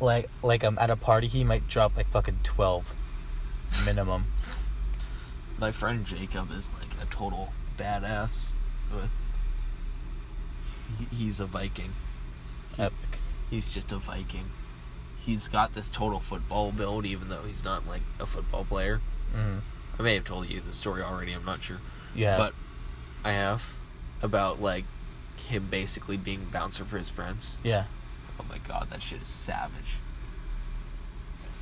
like like I'm at a party, he might drop like fucking twelve, minimum.
My friend Jacob is like a total badass with he- he's a Viking.
Epic.
He's just a Viking. He's got this total football build, even though he's not like a football player.
Mm.
I may have told you the story already. I'm not sure,
Yeah,
but I have about like him basically being bouncer for his friends.
yeah.
Oh my god, that shit is savage.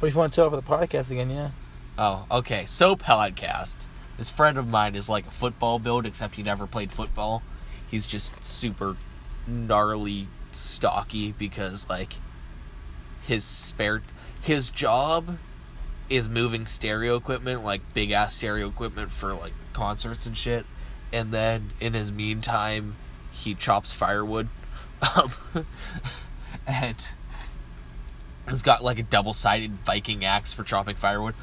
But if you want to tell for the podcast again, yeah.
Oh, okay. So podcast. This friend of mine is like a football build, except he never played football. He's just super gnarly, stocky because like his spare his job is moving stereo equipment, like big ass stereo equipment for like concerts and shit. And then in his meantime, he chops firewood. Um, and he's got like a double sided Viking axe for chopping firewood.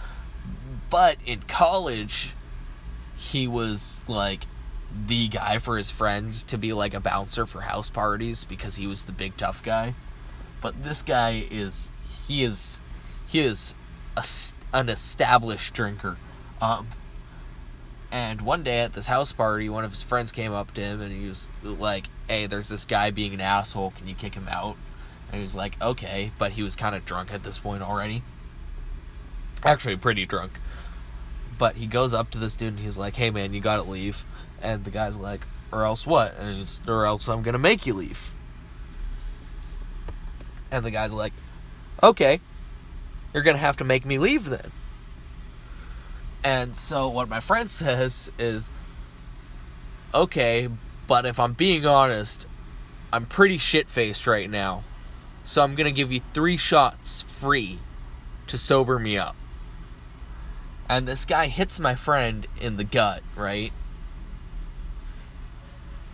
But in college, he was like the guy for his friends to be like a bouncer for house parties because he was the big tough guy. But this guy is he is he is a s an established drinker. Um, and one day at this house party, one of his friends came up to him and he was like, "Hey, there's this guy being an asshole. Can you kick him out?" And he was like, "Okay," but he was kind of drunk at this point already. Actually, pretty drunk. But he goes up to this dude and he's like, "Hey, man, you gotta leave." And the guy's like, "Or else what?" And he's, "Or else I'm gonna make you leave." And the guy's like, "Okay, you're gonna have to make me leave then." And so what my friend says is, okay, but if I'm being honest, I'm pretty shit faced right now. So I'm gonna give you three shots free to sober me up. And this guy hits my friend in the gut, right?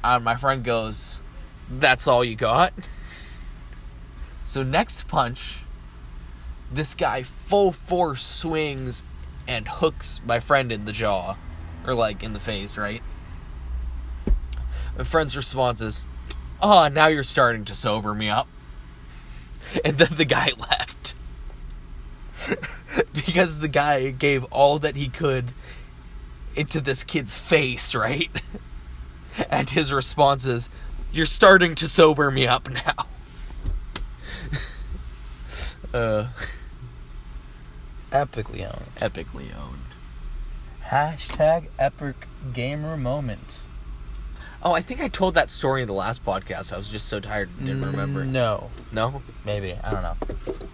And my friend goes, That's all you got? So next punch, this guy full force swings and hooks my friend in the jaw, or like in the face, right? My friend's response is, "Oh, now you're starting to sober me up," and then the guy left because the guy gave all that he could into this kid's face, right? And his response is, You're starting to sober me up now. uh,
Epically owned.
epically owned.
Hashtag epic gamer moment.
Oh, I think I told that story in the last podcast. I was just so tired, I didn't remember.
Mm, No.
No?
Maybe. I don't know.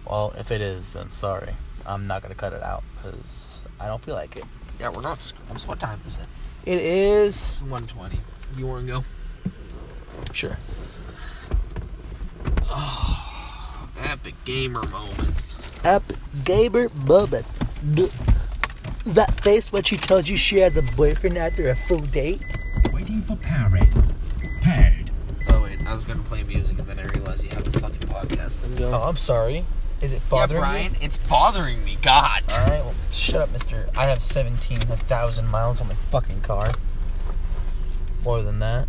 Well, if it is, then sorry. I'm not going to cut it out because I don't feel like it.
Yeah, we're not. Scrubs. What time is it?
It is.
It's 120. You want to go?
Sure.
Epic gamer moments.
Epic gamer moment. D- Is that face when she tells you she has a boyfriend after a full date?
Waiting for pairing. Paired.
Oh, wait. I was going to play music and then I realized you have a fucking podcast. Then go.
Oh, I'm sorry. Is it
yeah,
bothering you?
Brian, it's bothering me. God.
All right, well, shut up, mister. I have 17,000 miles on my fucking car. More than that.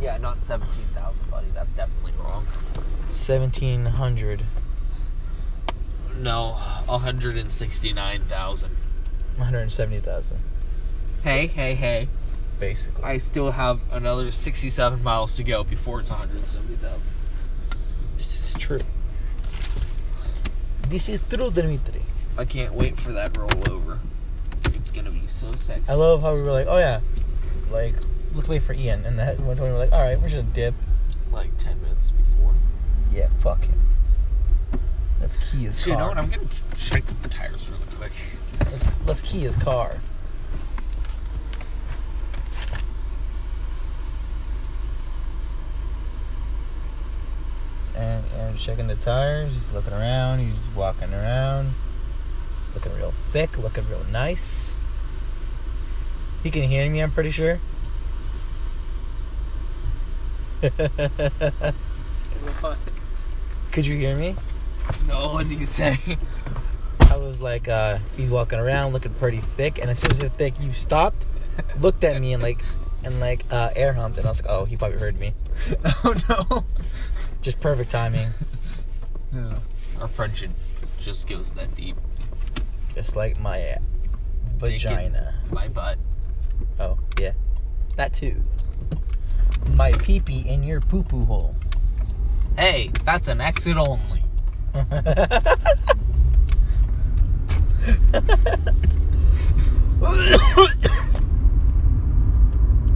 Yeah, not 17,000, buddy. That's definitely wrong.
1,700.
No, 169,000.
170,000,
Hey, hey, hey.
basically.
I still have another 67 miles to go before it's 170,000.
this is true. This is true, Dimitri.
I can't wait for that rollover. It's gonna be so sexy.
I love how we were like, oh yeah, like, let's wait for Ian. And that one time we were like, all right, we're just dip.
like ten minutes before.
Yeah, fuck him. Let's key his
Dude, you know
car.
what? I'm gonna check the tires really quick.
let's, let's key his car. And Aaron's checking the tires. He's looking around. He's walking around. Looking real thick. Looking real nice. He can hear me, I'm pretty sure. Could you hear me?
no, what did you say?
I was like, uh, he's walking around looking pretty thick, and as soon as the thick, you stopped, looked at me, and like, and like, uh, air humped, and I was like, oh, he probably heard me.
oh
Just perfect timing.
no. No. Our friendship just goes that deep.
Just like my vagina.
My butt.
Oh, yeah. That too. My pee pee in your poo poo hole.
Hey, that's an exit only.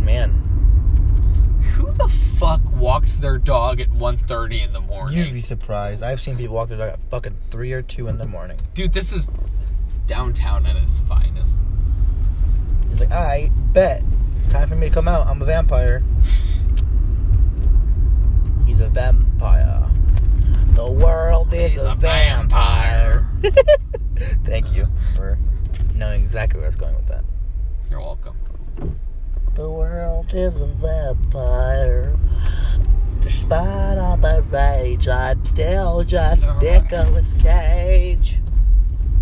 Man,
Who the fuck walks their dog at 1.30 in the
you'd
morning?
be surprised. I've seen people walk their dog at fucking 3 or 2 in the morning.
Dude, this is downtown at its finest.
He's like, I bet. Time for me to come out. I'm a vampire. He's a vampire. The world is
He's
a,
a
vampire. Thank you for knowing exactly where I was going with that.
You're welcome.
The world is a vampire. Despite all my rage, I'm still just Nicolas Cage.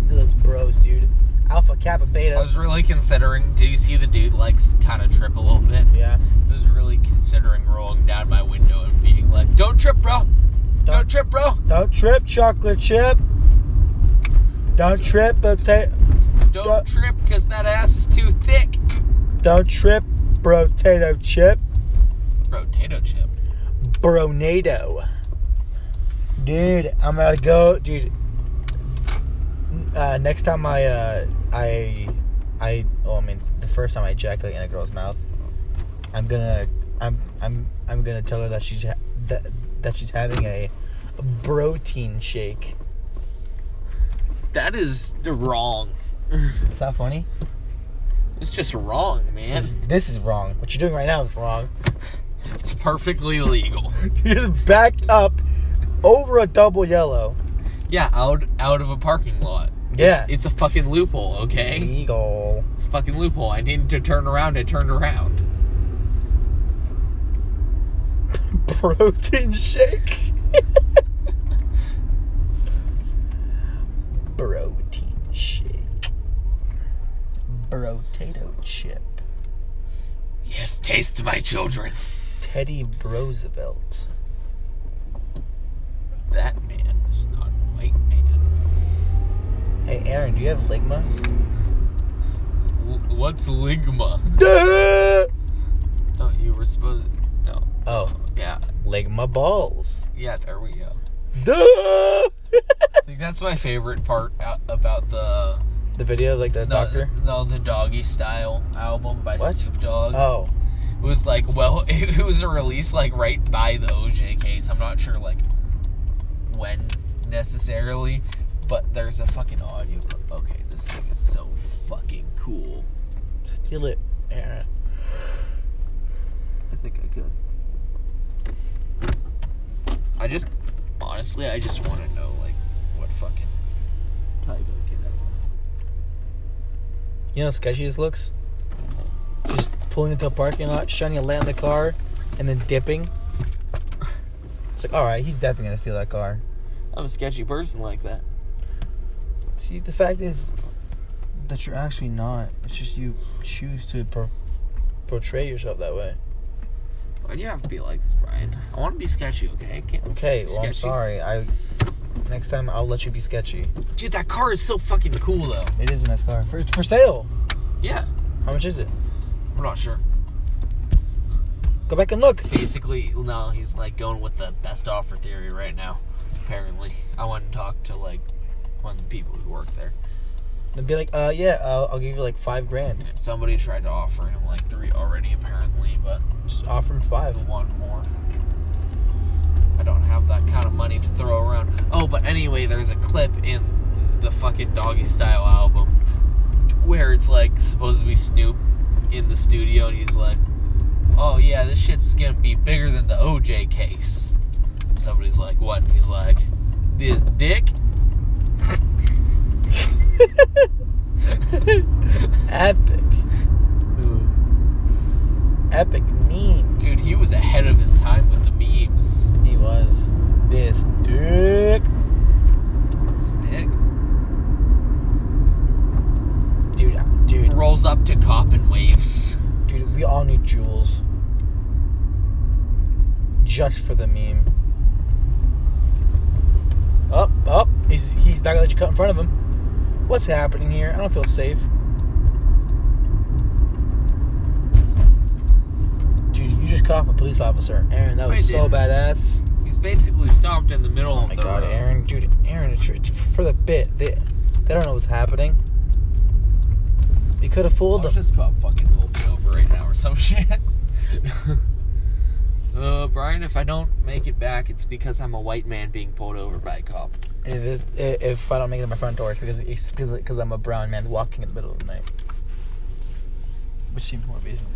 Look at those bros, dude. Alpha Kappa Beta.
I was really considering. Did you see the dude like kind of trip a little bit?
yeah.
I was really considering rolling down my window and being like, "Don't trip, bro. Don't,
Don't-
trip, bro.
Don't trip, chocolate chip. Don't trip, potato.
Don't
Yeah.
trip, cause that ass is too thick."
Don't trip, potato chip.
Bro, potato chip.
Bronado. Dude, I'm gonna go, dude. Uh, next time I, uh, I, I, oh, I mean, the first time I ejaculate in a girl's mouth, I'm gonna, I'm, I'm, I'm gonna tell her that she's ha- that that she's having a protein shake.
That is wrong.
Is that funny?
It's just wrong, man.
This is, this is wrong. What you're doing right now is wrong.
It's perfectly legal.
You just backed up over a double yellow.
Yeah, out out of a parking lot.
Yeah.
It's a fucking loophole, okay?
Legal.
It's a fucking loophole. I needed to turn around. I turned around.
Protein shake. Protein shake. Brotato chip.
Yes, taste my children.
Teddy Roosevelt.
That man is not a white man.
Hey, Aaron, do you have Ligma?
L- what's ligma?
Duh!
Thought you were supposed. No.
Oh,
Yeah.
lick my balls.
Yeah. There we go.
Duh.
I think that's my favorite part a- about the
the video of like the
no,
doctor.
No, the Doggy Style album by
What?
Snoop Dogg.
Oh,
It was like well, it, was a release like right by the OJ case. I'm not sure like when necessarily, but there's a fucking audio. Okay, this thing is so fucking cool.
steal it, Aaron.
I think I could. I just honestly, I just want to know like what fucking type of kid I
You know how sketchy this looks? Just pulling into a parking lot, shining a light on the car, and then dipping. It's like, all right, he's definitely gonna steal that car.
I'm a sketchy person like that.
See, the fact is that you're actually not. It's just you choose to pro- portray yourself that way.
Why do you have to be like this, Brian? I want to be sketchy, okay? I can't
Okay,
be
well, I'm
sketchy.
sorry. I next time I'll let you be sketchy.
Dude, that car is so fucking cool though.
It is a nice car. For, it's for sale.
Yeah,
How much is it?
I'm not sure.
Go back and look.
Basically, no, he's like going with the best offer theory right now. Apparently, I went and talked to like one of the people who work there.
And be like, uh, yeah, uh, I'll give you like five grand.
Somebody tried to offer him like three already, apparently, but
Just offer him five.
one more. I don't have that kind of money to throw around. Oh, but anyway, there's a clip in the fucking Doggy Style album where it's like supposed to be Snoop in the studio and he's like, oh yeah, this shit's gonna be bigger than the OJ case. Somebody's like, what? And he's like, this dick?
Epic. Epic meme.
Dude, he was ahead of his time with the memes.
He was this dick.
This dick
Dude, I- dude,
rolls up to cop and waves.
dude, we all need jewels. Just for the meme. Up, up. He's, he's not gonna let you cut in front of him. What's happening here? I don't feel safe. Dude, you just cut off a police officer. Aaron, that
I
was so
didn't.
badass.
He's basically stopped in the middle
Oh
of
my
the
god,
road.
Aaron, dude, Aaron, it's, it's for the bit. They, they don't know what's happening. We could have fooled
Watch
them.
this cop fucking pull me over right now or some shit. uh, Brian, if I don't make it back, it's because I'm a white man being pulled over by a cop.
If, it- if I don't make it to my front door, it's because it's because because I'm a brown man walking in the middle of the night, which seems more reasonable.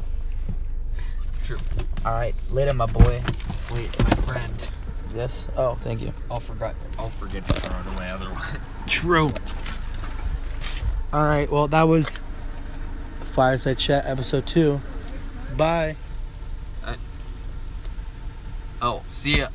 True.
All right, later, my boy.
Wait, my friend.
Yes. Oh, thank you.
I'll forget. I'll forget to throw it away otherwise.
True. All right. Well, that was Fireside Chat episode two. Bye.
Oh, see ya.